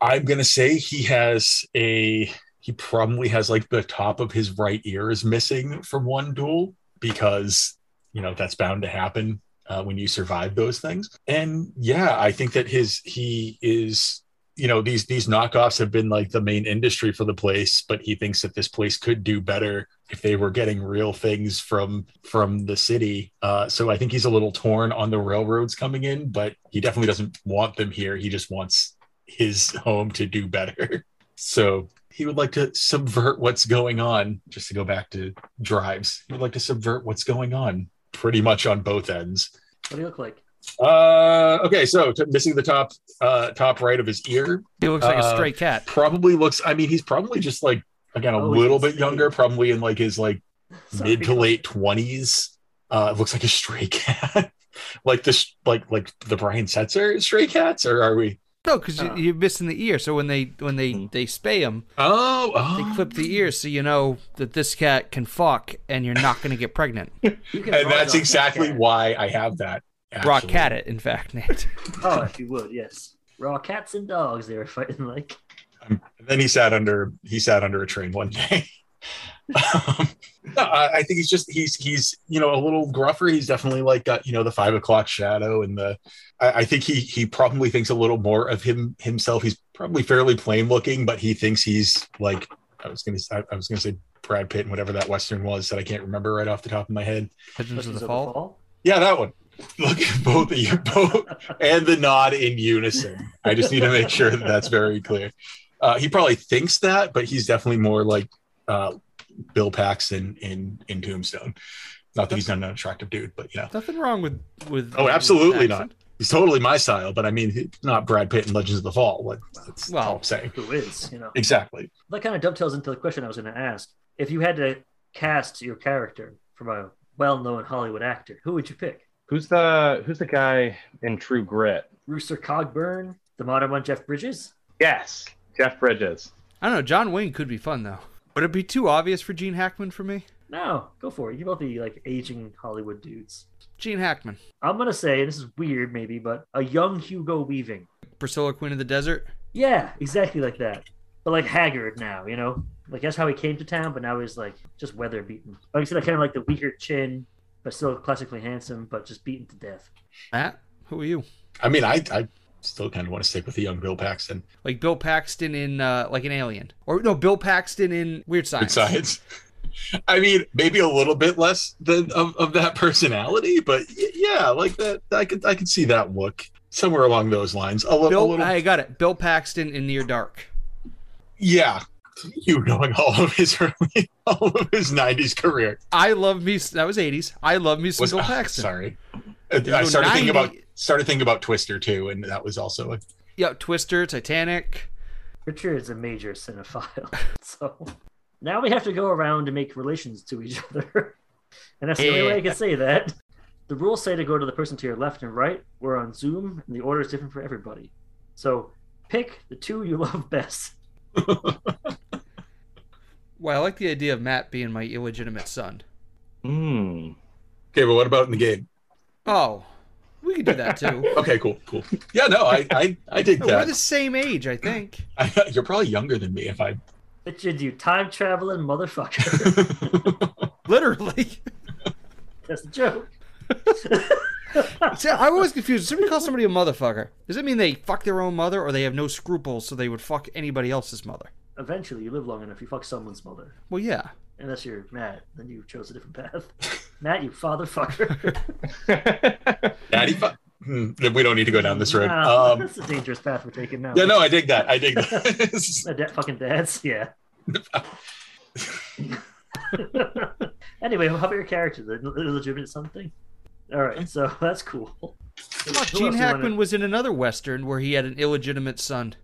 i'm going to say he has a he probably has like the top of his right ear is missing from one duel because you know that's bound to happen uh, when you survive those things and yeah i think that his he is you know these these knockoffs have been like the main industry for the place but he thinks that this place could do better if they were getting real things from from the city uh, so i think he's a little torn on the railroads coming in but he definitely doesn't want them here he just wants his home to do better so he would like to subvert what's going on just to go back to drives he would like to subvert what's going on pretty much on both ends
What do you look like?
uh okay so t- missing the top uh top right of his ear
he looks like a
Uh,
stray cat.
probably looks i mean he's probably just like again a
Oh,
little
he's
bit younger
insane.
probably in like his like
Sorry.
mid to late 20s uh looks like a stray cat like this like like the brian setzer stray cats or are we
No, because
Uh.
you, you're missing the ear. So when they when they they spay him,
oh,
they
oh
clip the ear so you know that this cat can fuck and you're not gonna get pregnant.
You can
and
raw
that's
dog
exactly
Oh, that
why i have that
Raw
actually.
cat it, in fact, Nate.
cat. Oh, if you would, yes. Raw cats and dogs. They were fighting like.
And then he sat under he sat under a train one day. um, no, I, I think he's just he's he's you know a little gruffer. He's definitely like got you know the five o'clock shadow and the. I, I think he he probably thinks a little more of him himself. He's probably fairly plain looking, but he thinks he's like I was gonna I, I was gonna say Brad Pitt and whatever that western was that I can't remember right off the top of my head.
Legends of
Legends
the Fall.
Yeah, that one. Look at both of you, both and the nod in unison. I just need to make sure that that's very clear. Uh, he probably thinks that, but he's definitely more like uh, Bill Paxton in in Tombstone. Not that he's not an attractive dude, but yeah,
Nothing wrong with with.
Oh, absolutely
with
not.
accent.
he's totally my style. But I mean, he- not Brad Pitt in Legends of the Fall. Like, that's
Well-
all I'm saying.
Who is? You know.
Exactly.
That kind of dovetails into the question I was going to ask. If you had to cast your character from a well-known Hollywood actor, who would you pick?
Who's the Who's the guy in True Grit?
Rooster Cogburn, the modern one, Jeff Bridges.
Yes, Jeff Bridges.
I don't know. John Wayne could be fun though. Would it be too obvious for Gene Hackman for me?
No, go for it. You both be like aging Hollywood dudes.
Gene Hackman,
I'm gonna say and this is weird, maybe, but a young Hugo Weaving.
Priscilla, Queen of the Desert.
Yeah, exactly like that. But like haggard now, you know. Like that's how he came to town, but now he's like just weather beaten. Like I said, I kind of like the weaker chin, but still classically handsome, but just beaten to death.
Matt, who are you?
I mean, I, I still kind of want to stick with the young Bill Paxton.
Like Bill Paxton in uh, like an alien, or no, Bill Paxton in Weird
Good
Science.
science. I mean, maybe a little bit less than of, of that personality, but y- yeah, like that. I could I could see that look somewhere along those lines. A, li- a
Bill,
little,
I got it. Bill Paxton in Near Dark.
yeah. You knowing all of his early, all of his '90s career.
I love me. That was '80s. I love me some
Was-
Bill
ah,
Paxton.
Sorry, Uh, I
no
started thinking
90
about started thinking about Twister too, and that was also a
Yeah, Twister, Titanic.
Richard is a major cinephile. So now we have to go around and make relations to each other. And that's the only way I can say that. The rules say to go to the person to your left and right. We're on Zoom, and the order is different for everybody. So pick the two you love best.
Well, I like the idea of Matt being my illegitimate son.
Hmm.
Okay, but what about in the game?
Oh, we could do that too.
Okay, cool, cool. Yeah, no, I I, I dig
No, We're
that.
the same age, I think.
I- you're probably younger than me if I.
Richard, you time traveling motherfucker.
Literally.
that's the joke.
See, I was confused. Somebody calls somebody a motherfucker. Does it mean they fuck their own mother, or they have no scruples, so they would fuck anybody else's mother?
Eventually, you live long enough, you fuck someone's mother.
Well, yeah.
Unless you're Matt, then you chose a different path. Matt, you fatherfucker.
Daddy, fu- hmm, we don't need to go down this road.
Nah,
Um,
that's a dangerous path we're taking now.
yeah, no, I dig that. I dig that.
My da- fucking dads, yeah. anyway, how about your character? The the legitimate something? All right, so that's cool.
Fuck,
Who
Gene
else do you
Hackman
wanna-
was in another western where he had an illegitimate son.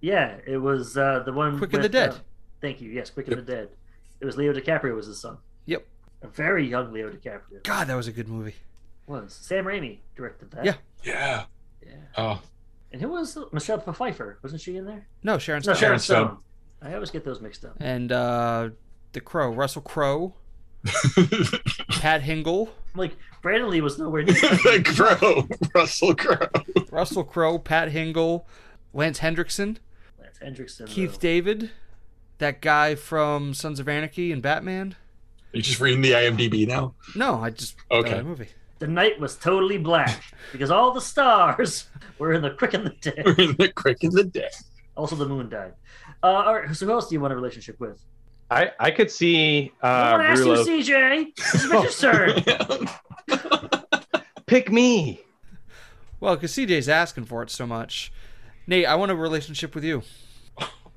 Yeah, it was uh, the one.
Quick and the Dead.
uh, thank you. Yes, Quick and the Dead. It was Leo DiCaprio was his son.
Yep.
A very young Leo DiCaprio
God, that was a good movie.
was. Sam Raimi directed that.
Yeah.
yeah.
Yeah.
Oh,
And who was Michelle Pfeiffer? Wasn't she in there?
No, Sharon
No,
Stone.
Sharon
Sharon
Stone.
Stone.
I always get those mixed up.
And uh, the Crow, Russell Crowe, Pat Hingle,
I'm like, Brandon Lee was nowhere near.
the crow, Russell Crowe.
Russell Crowe, Pat Hingle, Lance Hendrickson,
Lance Hendrickson.
Keith
though.
David, that guy from Sons of Anarchy and Batman.
You're just reading the IMDb now.
No, I just
Okay.
that movie.
The night was totally black because all the stars were in the quick and the dead.
We're in the crick in the day.
Also, the moon died. Uh, all right, so who else do you want a relationship with?
I I could see
I
uh,
want to
Rulo.
ask you, CJ. This is Richardson.
Pick me.
Well, because CJ's asking for it so much. Nate, I want a relationship with you.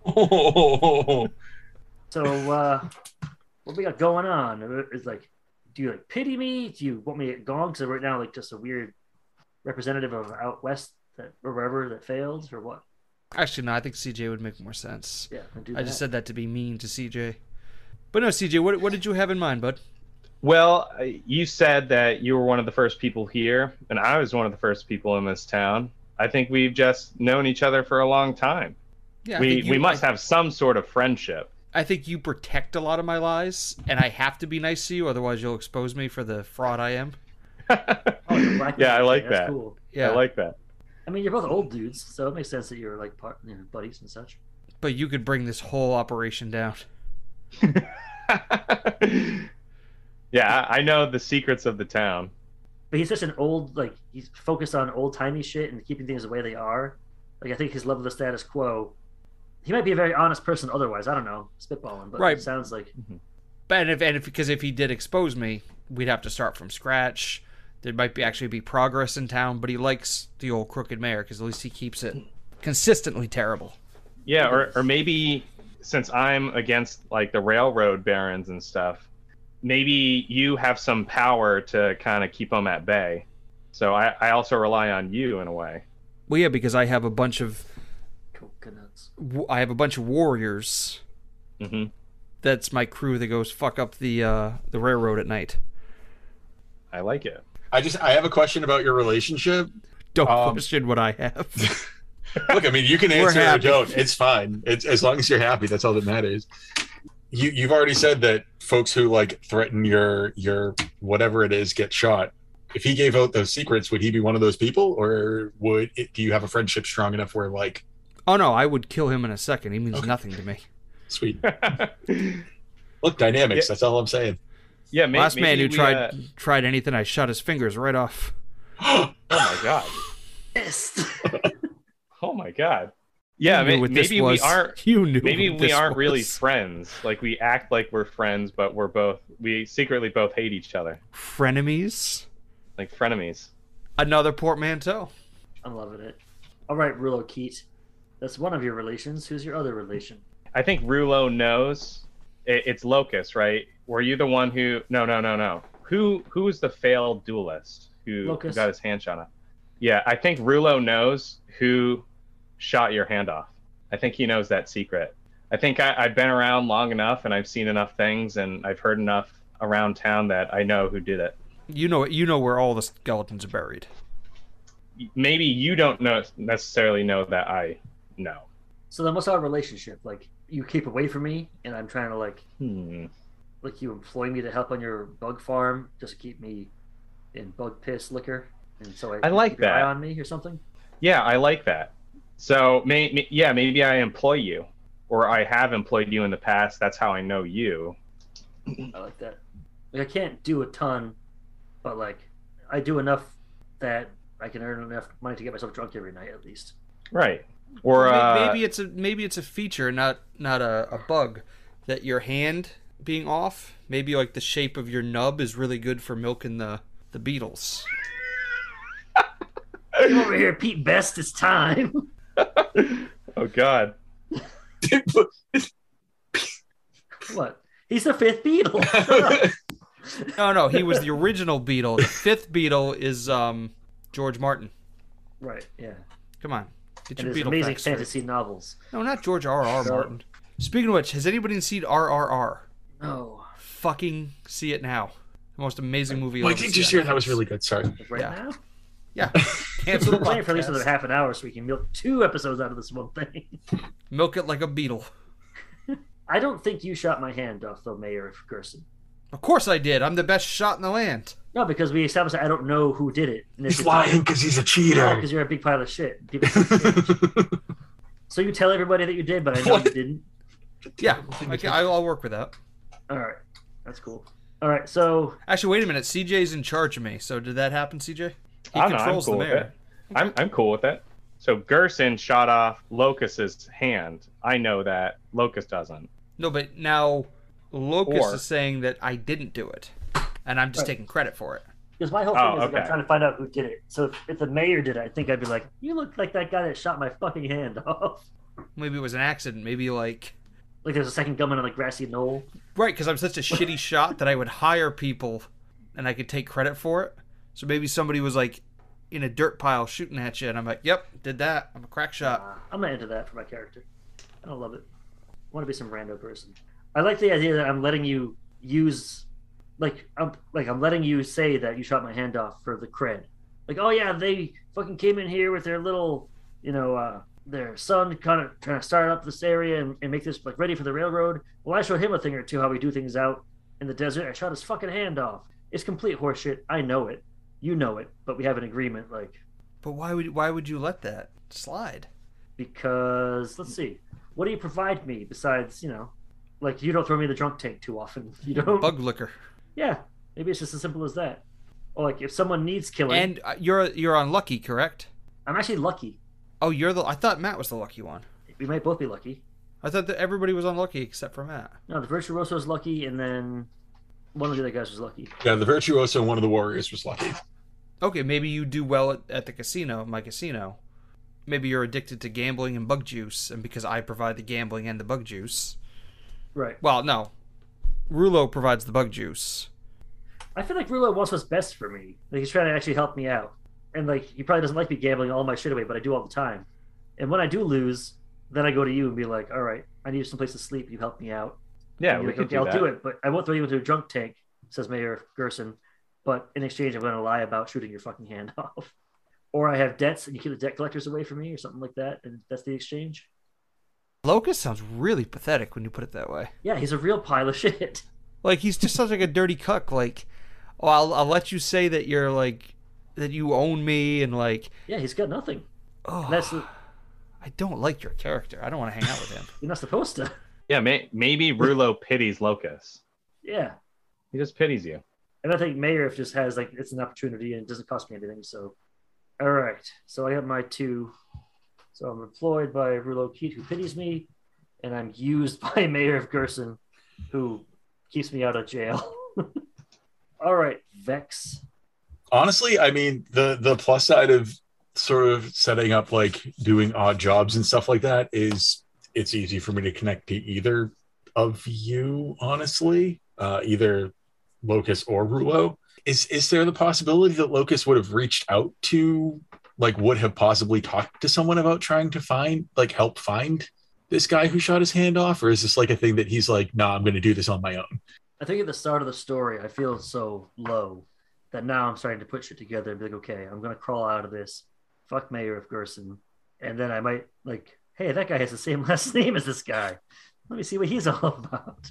oh,
so, uh, what we got going on? It's like, do you like pity me? Do you want me to get gone? Because right now, like, just a weird representative of out west that or wherever that failed, or what?
Actually, no, I think CJ would make more sense.
Yeah, do
I
that.
just said that to be mean to CJ. But no, CJ, what, what did you have in mind, bud?
Well, I- you said that you were one of the first people here, and I was one of the first people in this town. I think we've just known each other for a long time.
Yeah, I
we
think you-
we must
I,
have some sort of friendship.
I think you protect a lot of my lies, and I have to be nice to you, otherwise you'll expose me for the fraud I am.
Oh, you're black
yeah, I
man.
like
That's
that.
Cool.
Yeah,
I like that.
I mean, you're both old dudes, so it makes sense that you're like part, you know, buddies and such.
but you could bring this whole operation down.
yeah, I I know the secrets of the town.
but he's such an old like he's focused on old timey shit and keeping things the way they are. Like I think his love of the status quo. He might be a very honest person otherwise. I don't know, spitballing, but
Right.
it sounds like
But and if and if because if he did expose me, we'd have to start from scratch. There might be actually be progress in town, but he likes the old crooked mayor because at least he keeps it consistently terrible.
Yeah, or or maybe since I'm against like the railroad barons and stuff, maybe you have some power to kind of keep them at bay. So I, I also rely on you in a way.
Well, yeah, because I have a bunch of
coconuts.
I have a bunch of warriors.
hmm
That's my crew that goes fuck up the uh, the railroad at night.
I like it.
I just I have a question about your relationship.
Don't
Um,
question what I have.
Look, I mean, you can answer or
happy.
don't. It's fine. It's as long as you're happy. That's all that matters. You you've already said that folks who like threaten your your whatever it is get shot. If he gave out those secrets, would he be one of those people, or would it, do you have a friendship strong enough where like,
oh no, I would kill him in a second. He means
Okay.
nothing to me.
sweet, look, dynamics. That's all I'm saying.
Yeah, may-
Last man
maybe
who
we,
tried
uh,
tried anything, I shot his fingers right off.
oh my god.
Yes.
Oh my god. Yeah,
You knew
may-
what this
maybe we
was.
aren't.
You knew.
Maybe
what
we
this
aren't really
was.
friends. Like we act like we're friends, but we're both we secretly both hate each other,
frenemies.
like frenemies.
Another portmanteau.
I'm loving it. All right, Rulo Keat. That's one of your relations. Who's your other relation?
I think Rulo knows. It, it's Locust, right? Were you the one who? No, no, no, no. Who who was the failed duelist who who
Locust.
got his hand shot off? Yeah, I think Rulo knows who shot your hand off. I think he knows that secret. I think I, I've been around long enough and I've seen enough things and I've heard enough around town that I know who did it.
You know. You know where all the skeletons are buried.
Maybe you don't know necessarily know that I know.
So then, what's our relationship? Like, you keep away from me, and I'm trying to like,
Hmm.
like you employ me to help on your bug farm, just keep me in bug piss liquor, and so I,
I like
keep your eye
that.
on me or something.
Yeah, I like that. So, may, may, yeah, maybe I employ you, or I have employed you in the past. That's how I know you.
I like that. Like, I can't do a ton, but like, I do enough that I can earn enough money to get myself drunk every night at least.
Right. Or
May-
uh,
maybe it's a maybe it's a feature, not not a, a bug, that your hand being off. Maybe like the shape of your nub is really good for milking the the beetles.
Come over here, Pete Best. It's time.
oh god,
What? He's the fifth beetle.
No, no, he was the original beetle. The fifth beetle is um George Martin.
right. Yeah.
Come on,
And
get your
his
beetle
amazing
facts straight.
fantasy novels.
No, not George R. R.
No.
Martin. Speaking of which, has anybody seen R. R. R.?
No.
Fucking see it now. The most amazing movie.
Well, I
I've
did
ever
just
seen.
hear that was really good. Sorry.
Like right
Yeah.
now?
Yeah.
So
Cancel the
we're playing for at least
podcast.
another half an hour so we can milk two episodes out of this one thing.
Milk it like a beetle.
I don't think you shot my hand off, though, Mayor Gerson.
Of course I did. I'm the best shot in the land.
No, because we established that I don't know who did it. And
He's
just-
lying because he's a cheater.
because you're a big pile of shit. People say shit. so you tell everybody that you did, but I know
What?
you didn't.
Yeah, I can, I'll I'll work with that.
All right, that's cool. All right, so
Actually, wait a minute. CJ's in charge of me. So did that happen, CJ? He
I don't know, I'm cool with it. I'm I'm cool with it. So Gerson shot off Locust's hand. I know that Locust doesn't.
No, but now Locust
Or-
is saying that I didn't do it, and I'm just taking credit for it.
because my whole thing
Oh,
is like, I'm
okay.
trying to find out who did it. So if, if the mayor did it, I think I'd be like, "You look like that guy that shot my fucking hand off."
Maybe it was an accident. Maybe like
Like there's a second gunman on the grassy knoll.
right because I'm such a shitty shot that I would hire people, and I could take credit for it. So maybe somebody was like in a dirt pile shooting at you, and I'm like, "Yep, did that. I'm a crack shot."
Uh, I'm not into that for my character. I don't love it. I want to be some rando person. I like the idea that I'm letting you use, like, I'm like I'm letting you say that you shot my hand off for the cred. Like, oh yeah, they fucking came in here with their little, you know, uh, their son kind of trying to start up this area and, and make this like ready for the railroad. Well, I showed him a thing or two how we do things out in the desert. I shot his fucking hand off. It's complete horseshit. I know it. You know it. But we have an agreement. Like,
But why would why would you let that slide?
because let's see, what do you provide me besides you know, like you don't throw me the drunk tank too often. You don't.
Bug liquor.
Yeah, maybe it's just as simple as that. Or like if someone needs killing,
And uh, you're you're unlucky, correct?
I'm actually lucky.
Oh, you're the. I thought Matt was the lucky one.
We might both be lucky.
I thought that everybody was unlucky except for Matt.
No, the virtuoso is lucky, and then one of the other guys was lucky.
yeah, the virtuoso and one of the warriors was lucky.
Okay, maybe you do well at, at the casino, my casino. Maybe you're addicted to gambling and bug juice, and because I provide the gambling and the bug juice.
Right.
Well, no, Rulo provides the bug juice.
I feel like Rulo wants what's best for me. Like he's trying to actually help me out, and like he probably doesn't like me gambling all my shit away, but I do all the time. And when I do lose, then I go to you and be like, "All right, I need some place to sleep. You help me out."
Yeah,
And
we
you're like,
could
okay,
do
I'll
that.
do it, but I won't throw you into a drunk tank, says Mayor Gerson. But in exchange, I'm going to lie about shooting your fucking hand off. Or I have debts and you keep the debt collectors away from me or something like that. And that's the exchange.
Locust sounds really pathetic when you put it that way.
Yeah, he's a real pile of shit.
Like he's just such like a dirty cuck. Like, oh, I'll I'll let you say that you're like that you own me, and like,
Yeah, he's got nothing.
oh,
That's You're
I don't like your character. I don't want to hang out with him.
not supposed to.
Yeah, may, maybe Rulo pities Locust.
Yeah.
He just pities you.
And I think Mayor just has like it's an opportunity and it doesn't cost me anything. So, all right. So I have my two. So I'm employed by Rulo Keat, who pities me, and I'm used by Mayor of Gerson, who keeps me out of jail. all right, Vex.
honestly i mean the the plus side of sort of setting up like doing odd jobs and stuff like that is it's easy for me to connect to either of you honestly uh, either locus or rulo is is there the possibility that locus would have reached out to like would have possibly talked to someone about trying to find like help find this guy who shot his hand off or is this like a thing that he's like nah i'm gonna do this on my own
I think at the start of the story, I feel so low that now I'm starting to put shit together and be like, okay, I'm gonna crawl out of this. Fuck Mayor of Gerson, and then I might like, hey, that guy has the same last name as this guy. Let me see what he's all about.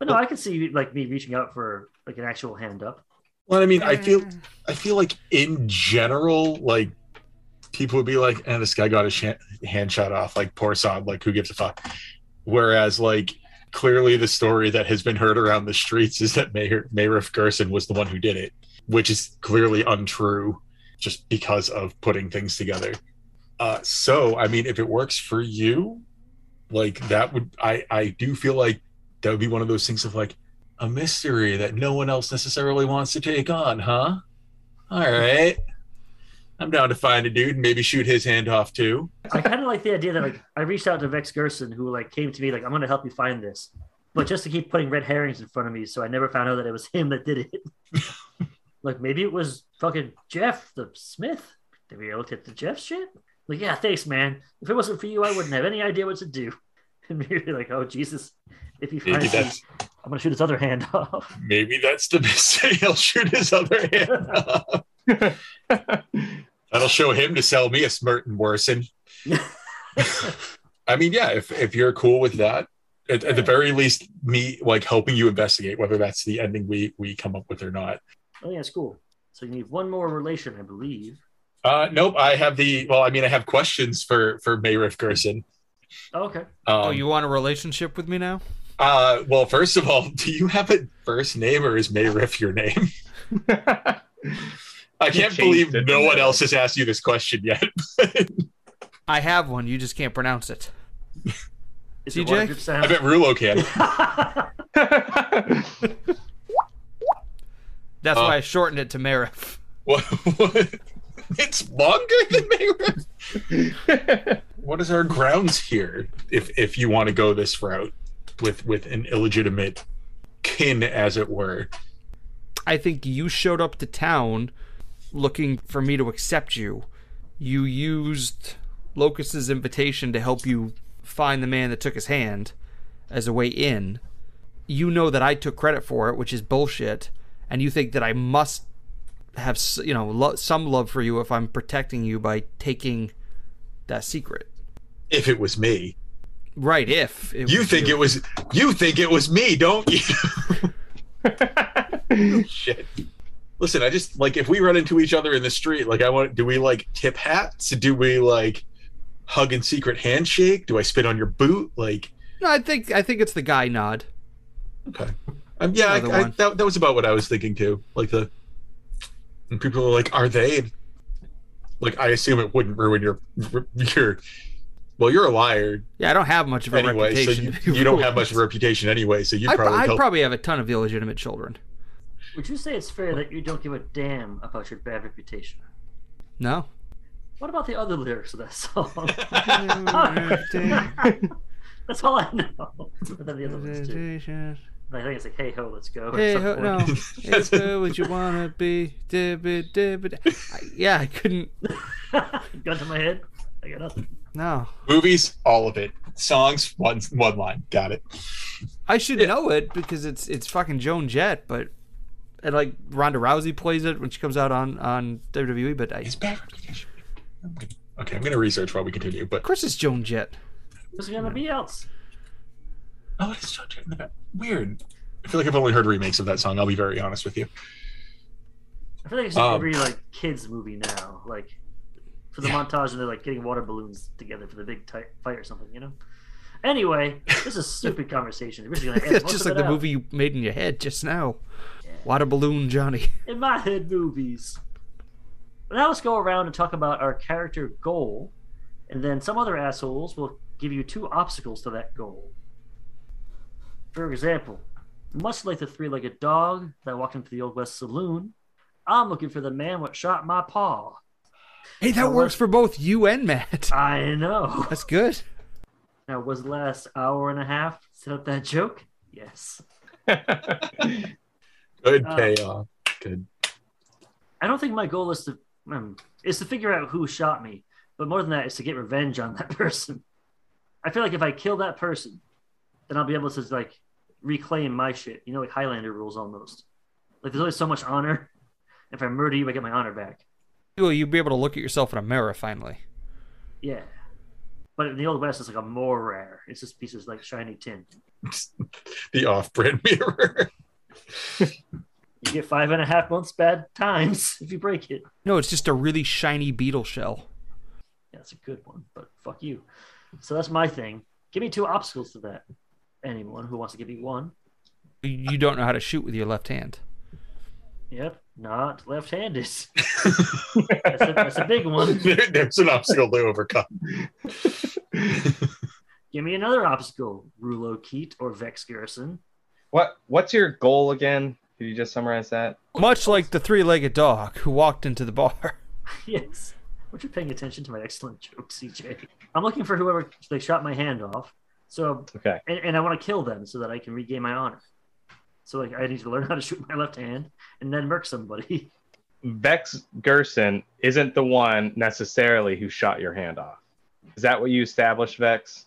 But no, I can see like me reaching out for like an actual hand up.
well i mean i feel I feel like in general, like people would be like, "And this guy got his shan- hand shot off, like poor sod, like who gives a fuck." Whereas, like clearly, the story that has been heard around the streets is that Mayor Mayriff Gerson was the one who did it, which is clearly untrue, just because of putting things together. Uh, so, I mean, if it works for you, like that would I I do feel like that would be one of those things of like a mystery that no one else necessarily wants to take on, huh? All right. I'm down to find a dude and maybe shoot his hand off too.
I kind of like the idea that like I reached out to Vex Gerson, who like came to me like, I'm gonna help you find this, but just to keep putting red herrings in front of me, so I never found out that it was him that did it. like maybe it was fucking Jeff the Smith. Did we look at the Jeff shit? Like, yeah, thanks, man. If it wasn't for you, I wouldn't have any idea what to do. And maybe like, oh Jesus, if he
Maybe
finds me,
that's
I'm gonna shoot his other hand off.
maybe that's the best thing. He'll shoot his other hand off. That'll show him to sell me a Smerton Worsen. I mean, yeah, if if you're cool with that, at, at the very least, me like helping you investigate whether that's the ending we we come up with or not.
Oh yeah, it's cool. So you need one more relation, I believe.
Uh, nope, I have the well. I mean, I have questions for for Mayriff Gerson.
Oh, okay.
Um,
oh, you want a relationship with me now?
Uh, well, first of all, do you have a first name or is Mayriff your name? I
He
changed
can't believe
it,
no
didn't
one
he?
else has asked you this question yet.
I have one. You just can't pronounce it.
Is it
TJ?
100%?
I bet Rulo can.
That's
Oh.
why I shortened it to Marif.
What, what? It's longer than Mayriff. What is our grounds here? If if you want to go this route with with an illegitimate kin, as it were.
I think you showed up to town looking for me to accept you. You used Locust's invitation to help you find the man that took his hand as a way in. You know that I took credit for it, which is bullshit, and you think that I must have s- you know lo- some love for you if I'm protecting you by taking that secret.
If it was me,
Right? If it
you
was
think it was you think it was me, don't you? Shit. Listen, I just like if we run into each other in the street, like I want do we like tip hats? Do we like hug in secret handshake? Do I spit on your boot? Like
No, I think I think it's the guy nod.
okay. Um, yeah, I,
Another
I,
one.
that, that was about what I was thinking too. Like the and people are like, are they? Like I assume it wouldn't ruin your your. Well, you're a liar
Yeah, I don't have much of a
anyway, so
reputation.
you,
to be
you don't
ruined.
have much of a reputation anyway. So you
I,
probably
I
help
probably have a ton of illegitimate children.
Would you say it's fair that you don't give a damn about your bad reputation?
No.
What about the other lyrics of that song? That's all I know. But then the other ones too. And I think it's like, hey ho, let's go. or
Hey, ho,
something.
no. It's good what you wanna be. Dibby, dibby, di- I- Yeah, I couldn't.
Gun to my head. I got nothing.
No,
movies, all of it. Songs, one one line. Got it.
I should know it because it's it's fucking Joan Jett, but and like Ronda Rousey plays it when she comes out on on WWE. But I,
It's
of
bad reputation. Okay, I'm gonna research while we continue, but
course, it's Joan Jett.
Who's gonna be else?
oh, it's so good. weird. I feel like I've only heard remakes of that song. I'll be very honest with you.
I feel like it's
Um.
every like kids movie now. Like for the montage and they're like getting water balloons together for the big ti- fight or something. You know. Anyway, this is a stupid conversation. We're just gonna edit
That's
most
just
of
like
it
the
out.
movie you made in your head just now. Water balloon Johnny.
in my head movies. But now let's go around and talk about our character goal, and then some other assholes will give you two obstacles to that goal. For example, much like the three legged dog that walked into the Old West saloon, I'm looking for the man what shot my paw.
Hey, that works Uh, for both you and Matt.
I know.
That's good.
Now, was the last hour and a half set up that joke? Yes.
Good
Uh,
payoff. Good.
I don't think my goal is to um, is to figure out who shot me, but more than that is to get revenge on that person. I feel like if I kill that person, then I'll be able to like reclaim my shit. You know, like Highlander rules almost. Like there's only so much honor. If I murder you, I get my honor back.
Well, you'll be able to look at yourself in a mirror finally.
Yeah. But in the old west, it's like a more rare. It's just pieces like shiny tin.
The off-brand mirror.
You get five and a half months bad times if you break it.
No, it's just a really shiny beetle shell.
Yeah, that's a good one, but fuck you. So that's my thing. Give me two obstacles to that. Anyone who wants to give me one.
You don't know how to shoot with your left hand.
Yep, not left-handed. that's, a, that's a big one.
There- there's an obstacle to overcome.
Give me another obstacle, Rulo Keat or Vex Garrison.
what What's your goal again? Could you just summarize that?
Much like the three legged dog who walked into the bar.
yes, weren't you paying attention to my excellent joke, CJ? I'm looking for whoever they shot my hand off. So,
Okay.
and, and I want to kill them so that I can regain my honor. So, like, I need to learn how to shoot my left hand and then murk somebody.
Vex Gerson isn't the one necessarily who shot your hand off. Is that what you established, Vex?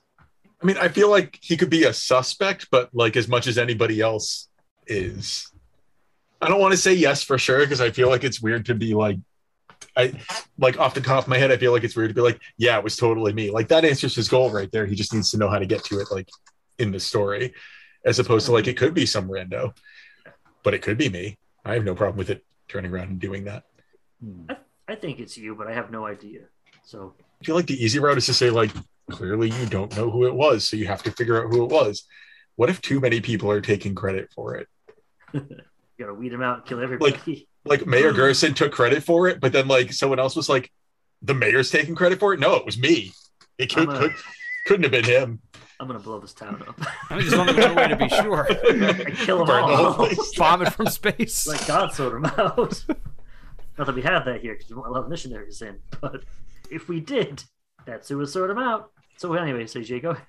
I mean, I feel like he could be a suspect, but like as much as anybody else is. I don't want to say yes for sure because I feel like it's weird to be like, I like off the top of my head, I feel like it's weird to be like, yeah, it was totally me. Like that answers his goal right there. He just needs to know how to get to it, like in the story, as opposed to like it could be some rando, but it could be me. I have no problem with it turning around and doing that.
I think it's you, but I have no idea. So,
I feel like the easy route is to say like clearly you don't know who it was, so you have to figure out who it was. What if too many people are taking credit for it?
you got to weed them out and kill everybody.
Like Mayor
Hmm.
Gerson took credit for it, but then like someone else was like, the mayor's taking credit for it. No, it was me. It could,
Uh-huh.
I'm a-
could couldn't have been him.
I'm going to blow this town up.
I mean, there's only one way to be sure.
kill 'em
Burn the whole
all.
place.
Vomit from space.
like God sort them out. Not that we have that here because we won't allow missionaries in, but if we did, that's who would sort them out. So anyway, so Jay, go ahead.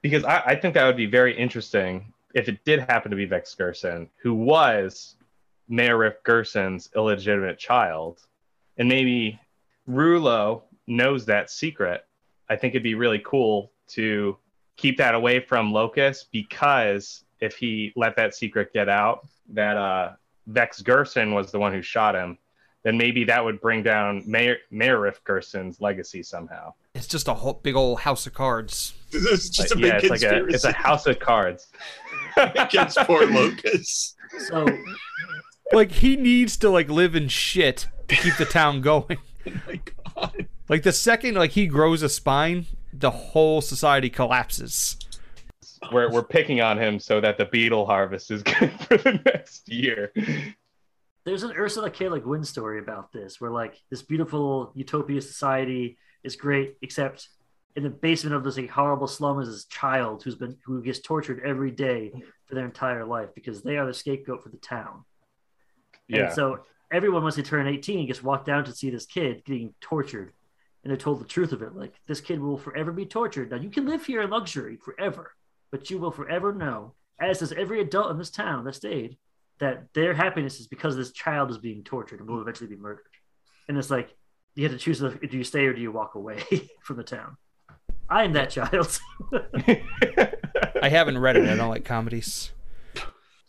Because I, I think that would be very interesting if it did happen to be Vex Gerson, who was Mayor Riff Gerson's illegitimate child, and maybe Rulo knows that secret. I think it'd be really cool to keep that away from Locust because if he let that secret get out that uh, Vex Gerson was the one who shot him, then maybe that would bring down Mayor, Mayor Riff Gerson's legacy somehow.
It's just a whole big old house of cards.
It's just a
Like,
big
yeah, it's like a,
conspiracy
it's a house of cards.
against poor Lucas.
So
Like he needs to like live in shit to keep the town going.
My God.
Like the second like he grows a spine, the whole society collapses.
we're we're picking on him so that the beetle harvest is good for the next year.
there's an Ursula K. Le Guin story about this, where like this beautiful utopia society is great, except in the basement of this like, horrible slum is this child who's been who gets tortured every day for their entire life because they are the scapegoat for the town.
Yeah.
And so everyone, once they turn 18, gets walked down to see this kid getting tortured. And they're told the truth of it. Like, this kid will forever be tortured. Now, you can live here in luxury forever, but you will forever know, as does every adult in this town that stayed, that their happiness is because this child is being tortured and will eventually be murdered. And it's like, you have to choose the, do you stay or do you walk away from the town? I am that child.
I haven't read it. I don't like comedies.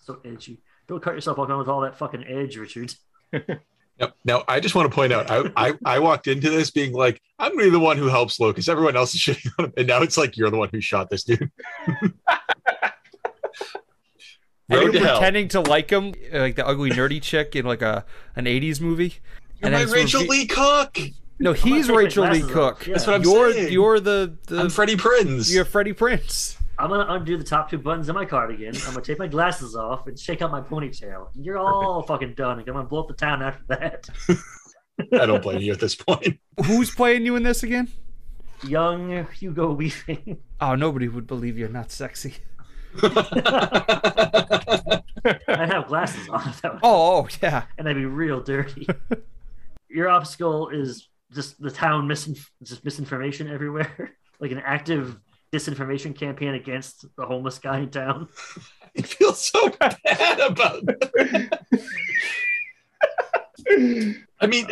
so edgy. Don't cut yourself off with all that fucking edge, Richard.
Now, now, I just want to point out, I, I, I walked into this being like, I'm going to be the one who helps Locust. Everyone else is shitting on him. And now it's like, you're the one who shot this dude.
And
Road to
you're
hell.
pretending to like him, like the ugly nerdy chick in like a an '80s movie.
You're
and
my
it's
Rachel
revealed-
Lee Cook.
No, he's
take my
Rachel Lee
glasses off.
Cook.
Yeah. That's
what I'm
you're
saying.
you're the, the
I'm Freddie Prinz.
you're Freddie Prince.
I'm gonna undo the top two buttons on my cardigan. I'm gonna take my glasses off and shake out my ponytail. You're all fucking done. I'm gonna blow up the town after that.
I don't blame you at this point.
Who's playing you in this again?
Young Hugo Weaving.
Oh, nobody would believe you're not sexy.
I'd have glasses on if that was,
Oh, oh yeah.
and I'd be real dirty. Your obstacle is just the town missing just misinformation everywhere, like an active disinformation campaign against the homeless guy in town.
I feel so bad about that. I mean,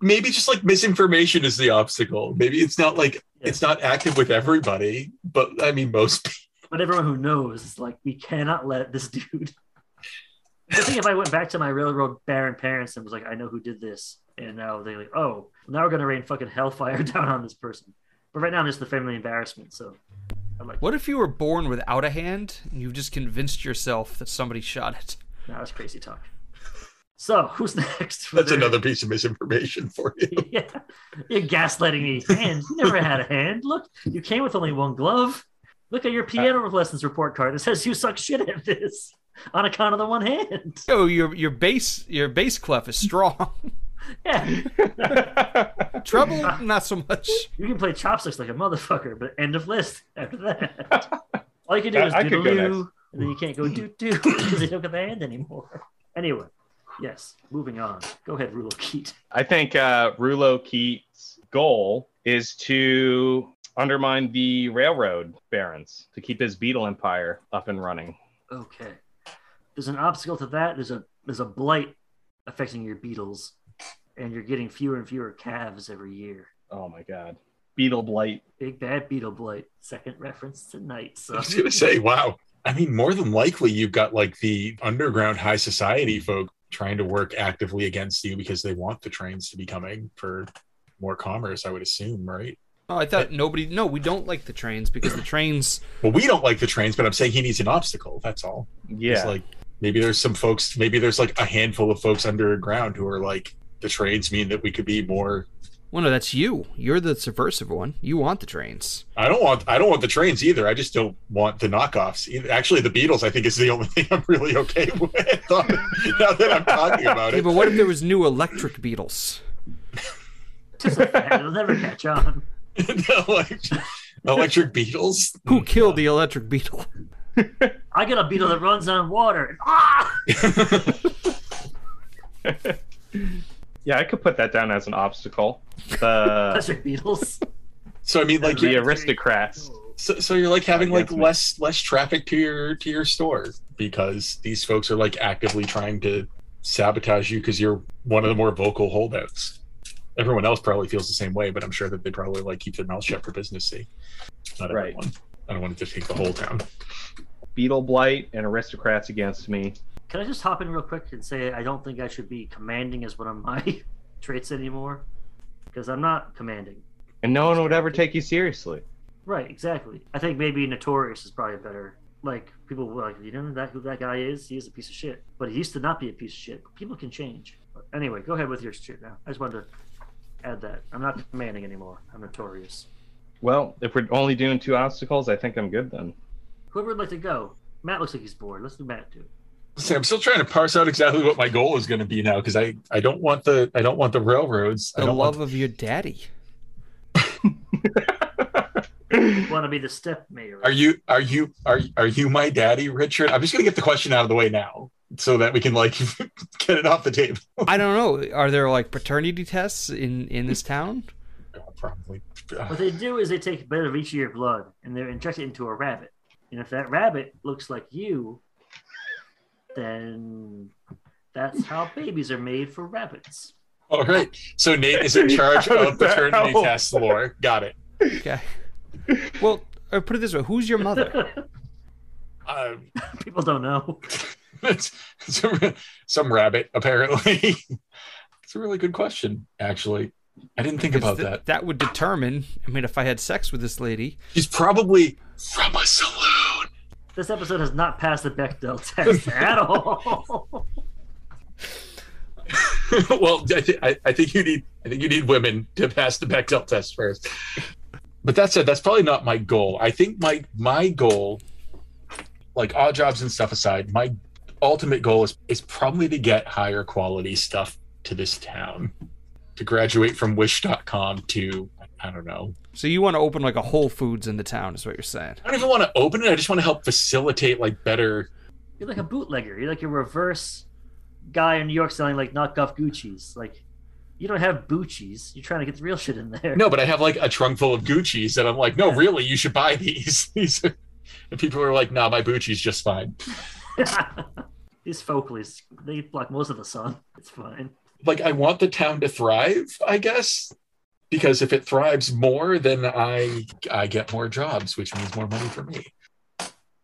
maybe just like misinformation is the obstacle. Maybe it's not like it's not active with everybody, but I mean, most people.
But everyone who knows is like, we cannot let this dude. I think if I went back to my railroad baron parents and was like, I know who did this, and now they're like, oh, now we're gonna rain fucking hellfire down on this person. But right now, I'm just the family embarrassment. So I'm like,
What if you were born without a hand and you just convinced yourself that somebody shot it?
nah, that's crazy talk. So who's next? for
That's
their-
another piece of misinformation for you.
yeah, you're gaslighting me. Hand, you never had a hand. Look, you came with only one glove. Look at your
Uh,
piano lessons report card. It says you suck shit at this on account of the one hand.
Oh, your your bass your bass clef is strong.
Yeah.
Treble, not so much.
You can play chopsticks like a motherfucker, but end of list after that. All you can do
I-
is
I could go
doodaloo, and then you can't go doo doo because they don't get the hand anymore. Anyway, yes, moving on. Go ahead, Rulo Keat.
I think uh, Rulo Keat's goal is to undermine the railroad barons to keep his beetle empire up and running.
Okay. There's an obstacle to that. There's a there's a blight affecting your beetles, and you're getting fewer and fewer calves every year.
Oh my god. Beetle blight.
Big bad beetle blight. Second reference tonight.
I
So
was gonna say, wow. I mean, more than likely, you've got like the underground high society folk trying to work actively against you because they want the trains to be coming for more commerce. I would assume, right?
Oh, I thought nobody. No, we don't like the trains because the trains.
Well, we don't like the trains, but I'm saying he needs an obstacle. That's all. It's
Yeah.
like maybe there's some folks, maybe there's like a handful of folks underground who are like the trains mean that we could be more.
Well, no, that's you. You're the subversive one. You want the trains.
I don't want I don't want the trains either. I just don't want the knockoffs. either. Actually, the Beatles I think is the only thing I'm really okay with. now that I'm talking about
Yeah,
it,
but what if there was new electric beetles?
just like that. It'll never catch on.
The electric, electric Beatles.
Who killed the electric beetle?
I got a beetle that runs on water. And, ah!
yeah, I could put that down as an obstacle. The,
That's your beetles.
So I mean, like,
the
you're,
aristocrats.
so, so you're like having like
Yes, ma'am.
less less traffic to your to your store because these folks are like actively trying to sabotage you because you're one of the more vocal holdouts. Everyone else probably feels the same way, but I'm sure that they probably like keep their mouth shut for business sake. Not
Right.
everyone. I don't want it to take the whole town.
Beetle blight and aristocrats against me.
Can I just hop in real quick and say I don't think I should be commanding as one of my traits anymore? Because I'm not commanding.
And no one would ever take you seriously.
Right, exactly. I think maybe notorious is probably better. Like people were like, you know that who that guy is? He is a piece of shit. But he used to not be a piece of shit. People can change. But anyway, go ahead with your shit now. I just wanted to add that. I'm not commanding anymore. I'm notorious.
Well, if we're only doing two obstacles, I think I'm good then.
Whoever would like to go. Matt looks like he's bored. Let's do Matt do it.
See, I'm still trying to parse out exactly what my goal is going to be now because I I don't want the I don't want the railroads. I
The
don't want
love of your daddy.
Want to be the step mayor?
Are you are you are are you my daddy, Richard? I'm just gonna get the question out of the way now so that we can like get it off the table.
I don't know. Are there like paternity tests in in this town?
Probably.
What they do is they take a bit of each of your blood and they inject it into a rabbit. And if that rabbit looks like you, then that's how babies are made for rabbits.
All right. So Nate is in charge
How does
of
that
paternity
help?
test lore. Got it.
Okay. Well, or put it this way: Who's your mother?
Uh,
People don't know.
it's, it's a re- some rabbit apparently. it's a really good question, actually. I didn't think about
Th-
that.
That would determine. I mean, if I had sex with this lady,
She's probably from a saloon.
This episode has not passed the Bechdel test at all.
well, I, th- I, I think you need. I I think you need women to pass the Bechdel test first. But that said, that's probably not my goal. I think my my goal, like odd jobs and stuff aside, my ultimate goal is is probably to get higher quality stuff to this town. To graduate from wish.com to I don't know.
So you want to open like a Whole Foods in the town, is what you're saying?
I don't even want to open it. I just want to help facilitate like better
You're like a bootlegger. You're like a reverse guy in New York selling like knockoff Gucci's. Like, you don't have Gucci's. You're trying to get the real shit in there.
No, but I have like a trunk full of Gucci's and I'm like, no, really, you should buy these. these are... And people are like, nah, my Gucci's just fine.
These focalists, they block most of the sun. It's fine.
Like, I want the town to thrive, I guess, because if it thrives more, then I I get more jobs, which means more money for me.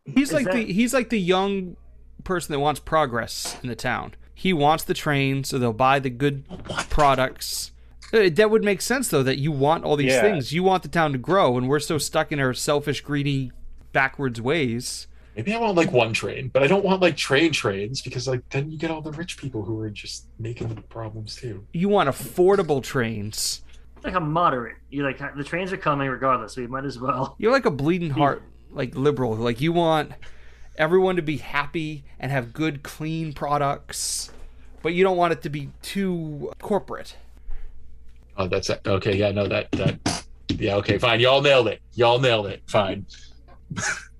He's
Is
like
that-
the he's like the young person that wants progress in the town. He wants the train, so they'll buy the good products. Uh, That would make sense though. That you want all these
Yeah.
things. You want the town to grow, and we're so stuck in our selfish, greedy, backwards ways.
Maybe I want like one train, but I don't want like train trains because like then you get all the rich people who are just making the problems too.
You want affordable trains.
It's like a moderate. You're like, the trains are coming regardless, so you might as well.
You're like a bleeding
Hmm.
heart, like liberal. Like you want everyone to be happy and have good, clean products, but you don't want it to be too corporate.
Oh, that's okay. Yeah, no, that that yeah, okay, fine. Y'all nailed it. Y'all nailed it. Fine.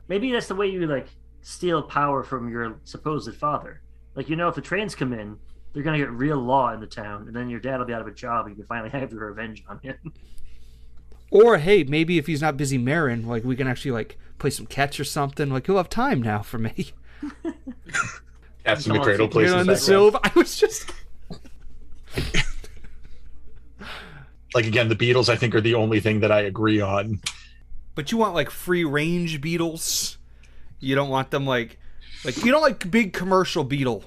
Maybe that's the way you like steal power from your supposed father. Like, you know, if the trains come in, they're gonna get real law in the town, and then your dad will be out of a job, and you can finally have your revenge on him.
Or hey, maybe if he's not busy marrying, like we can actually like play some catch or something. Like he'll have time now for me.
That's the
Someone
cradle
figured
place.
You're
in
on
the
the
background.
silver. I was just
Like again, the Beatles I think are the only thing that I agree on.
But you want like free range beetles. You don't want them like like you don't like big commercial beetle.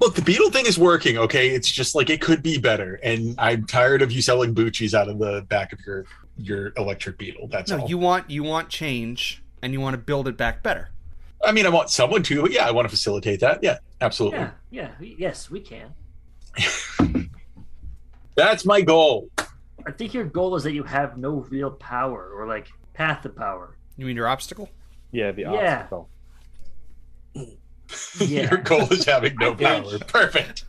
Look, the Beetle thing is working, okay? It's just like it could be better. And I'm tired of you selling Bucci's out of the back of your your electric Beetle. That's
No,
all.
you want you want change and you want to build it back better.
I mean, I want someone to, but yeah, I want to facilitate that. Yeah, absolutely.
yeah, yeah, we- yes, we can.
That's my goal.
I think your goal is that you have no real power or like path to power.
You mean your obstacle?
Yeah, the
Yeah.
obstacle.
Yeah,
Your goal is having no
I
power. Perfect.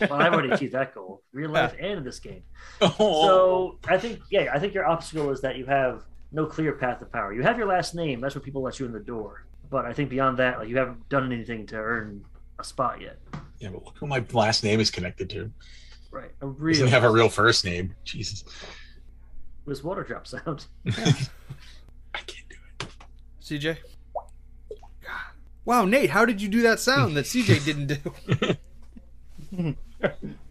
well, I've already achieved that goal, real life and in this game.
Oh,
So I think, yeah, I think your obstacle is that you have no clear path to power. You have your last name; that's where people let you in the door. But I think beyond that, like you haven't done anything to earn a spot yet.
yeah, but look who my last name is connected to.
Right, a
He
real
doesn't have a real first name. Jesus,
this water drop sound.
I can't do it.
CJ? God. Wow, Nate, how did you do that sound that CJ didn't do?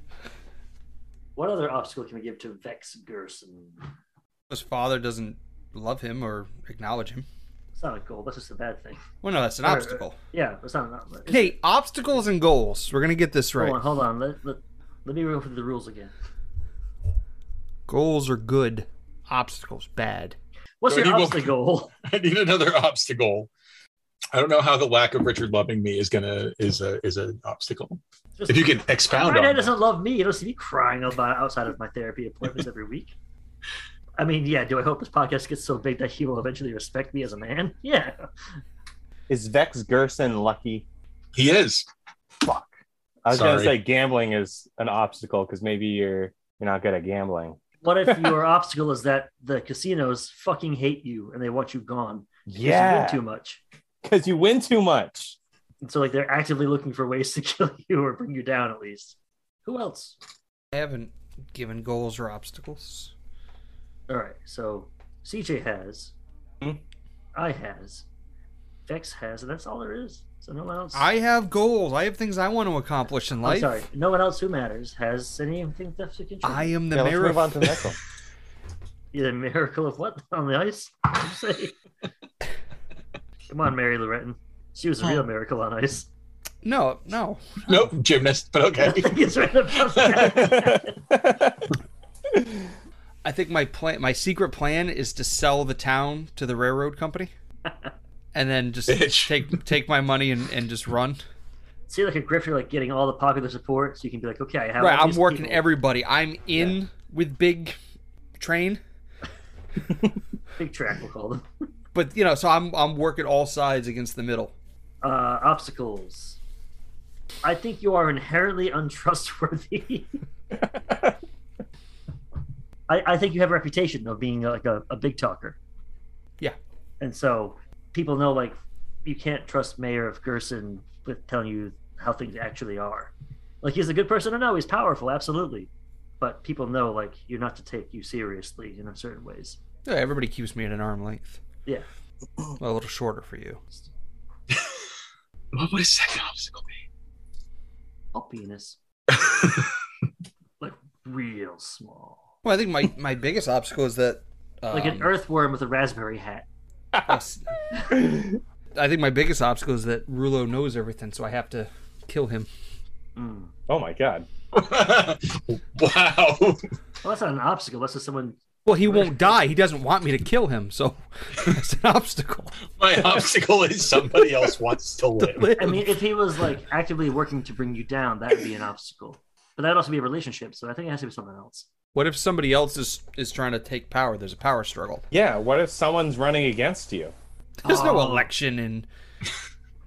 What other obstacle can we give to Vex Gerson?
His father doesn't love him or acknowledge him.
It's not a goal. That's just a bad thing.
Well, no, that's an
Or-
obstacle.
Yeah, it's not. not it's-
Nate, obstacles and goals. We're gonna get this right.
Hold on, hold on. Let, let, let me go through the rules again.
Goals are good. Obstacles bad.
What's
Brody
your
will-
obstacle?
I need another obstacle. I don't know how the lack of Richard loving me is gonna is a is an obstacle.
Just-
If you can expound
my dad
on that.
doesn't love me. You don't see me crying about it outside of my therapy appointments every week. I mean, yeah. Do I hope this podcast gets so big that he will eventually respect me as a man? Yeah.
Is Vex Gerson lucky?
he is.
Fuck. I was gonna say
Sorry.
gambling is an obstacle because maybe you're you're not good at gambling.
What if your obstacle is that the casinos fucking hate you and they want you gone? 'cause you win
Yeah,
too much.
because you win too much.
And so, like, they're actively looking for ways to kill you or bring you down at least. Who else?
I haven't given goals or obstacles.
All right. So CJ has,
Hmm.
I has, Vex has, and that's all there is. So no one else.
I have goals. I have things I want to accomplish in
I'm
life.
sorry. No one else who matters has anything left to contribute.
I am the
Yeah, let's
mayor
move on
of
to the next one.
Either miracle of what on the ice? What'd you say? Come on, Mary Loretton. She was a real miracle on ice.
No, no.
Nope, gymnast, but
I
okay.
think it's right about that.
I think my plan my secret plan is to sell the town to the railroad company. And then just
Bitch.
take take my money and, and just run.
See, like a grifter, like getting all the popular support, so you can be like, okay, I have.
Right,
all
I'm
these
working
people.
everybody. I'm in with big train.
Big track, we'll call them.
But you know, so I'm I'm working all sides against the middle.
Uh, obstacles. I think you are inherently untrustworthy. I, I think you have a reputation of being like a, a big talker.
Yeah.
And so people know like you can't trust Mayor of Gerson with telling you how things actually are. Like he's a good person to know, he's powerful, absolutely. But people know like you're not to take you seriously in certain ways.
Yeah, everybody keeps me at an arm length.
Yeah.
a little shorter for you.
What would a second obstacle be?
All penis. like real small.
Well, I think my my biggest obstacle is that um,
Like an earthworm with a raspberry hat.
Yes. I think my biggest obstacle is that Rulo knows everything, so I have to kill him.
Mm.
Oh my god.
wow.
Well, that's not an obstacle. That's just someone.
Well, he won't die. He doesn't want me to kill him, so it's an obstacle.
My obstacle is somebody else wants to live.
I mean, if he was like actively working to bring you down, that would be an obstacle. But that'd also be a relationship. So I think it has to be something else.
what if somebody else is is trying to take power? There's a power struggle.
Yeah, what if someone's running against you?
There's no
Oh.
election in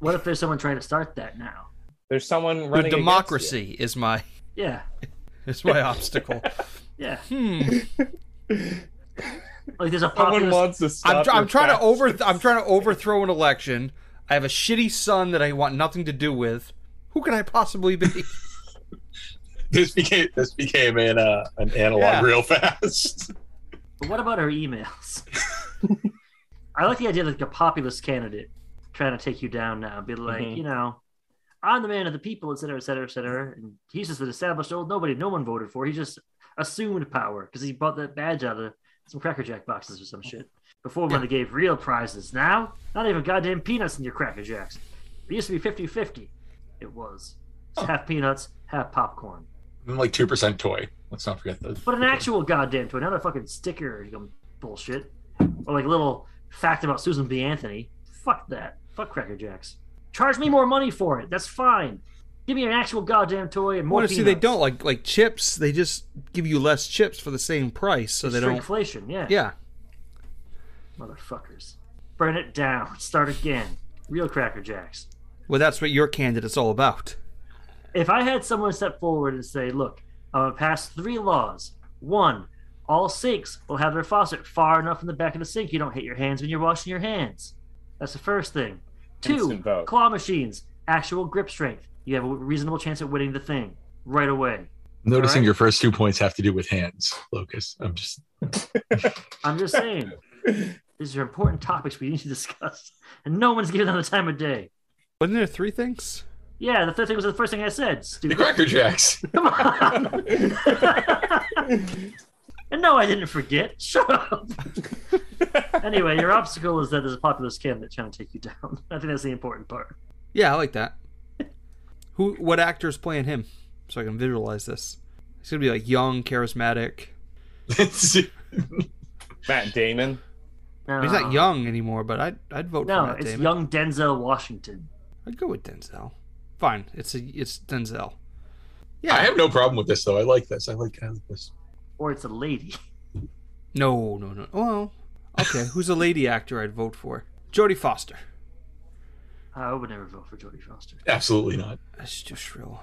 What if there's someone trying to start that now?
There's someone
the
running against you.
democracy is my
Yeah,
is my obstacle.
yeah.
Hmm.
Like there's a
Someone
populist.
wants to stop
I'm, tr- I'm
your
trying to
fast-
over I'm trying to overthrow an election. I have a shitty son that I want nothing to do with. Who could I possibly be?
This became this became an uh, an analog
Yeah.
real fast.
But what about our emails? I like the idea that like a populist candidate trying to take you down now, be like,
Mhm.
you know, I'm the man of the people, et cetera, et cetera, et cetera. And he's just an established old nobody, no one voted for. He just assumed power because he bought that badge out of some Cracker Jack boxes or some shit. Before when they gave real prizes. Now, not even goddamn peanuts in your Cracker Jacks. It used to be 50 50. It was. It's half peanuts, half popcorn.
I'm like two percent toy. Let's not forget those.
But an actual goddamn toy, not a fucking sticker or some bullshit. Or like a little fact about Susan B. Anthony. Fuck that. Fuck Cracker Jacks. Charge me more money for it. That's fine. Give me an actual goddamn toy and more.
Well, see, they
peanuts.
don't like like chips. They just give you less chips for the same price, so
It's
they don't.
inflation. Yeah.
Yeah,
Motherfuckers. Burn it down. Start again. Real Cracker Jacks.
well, that's what your candidate's all about.
if I had someone step forward and say, "Look, I'm gonna pass three laws. One, all sinks will have their faucet far enough in the back of the sink you don't hit your hands when you're washing your hands." That's the first thing. Two,
Instant vote.
claw machines, actual grip strength. You have a reasonable chance at winning the thing right away.
Noticing
Alright.
your first two points have to do with hands, Locus. I'm just
I'm just saying, these are important topics we need to discuss, and no one's giving them the time of day.
Wasn't there three things?
Yeah, the third thing was the first thing I said.
the
Stupid.
Cracker Jacks.
Come on. and no, I didn't forget. Shut up. anyway, your obstacle is that there's a populist candidate trying to take you down. I think that's the important part.
Yeah, I like that. Who? What actor is playing him? So I can visualize this. He's gonna be like young, charismatic.
Matt Damon.
No,
He's not young anymore, but I'd I'd vote
No,
for Matt
it's
Damon.
young Denzel Washington.
I'd go with Denzel. Fine, it's a it's Denzel. Yeah.
I have no problem with this though. I like this. I like, I like this.
Or it's a lady.
No, no, no. Well, okay. Who's a lady actor I'd vote for? Jodie Foster.
I would never vote for Jodie Foster.
Absolutely not.
That's too shrill.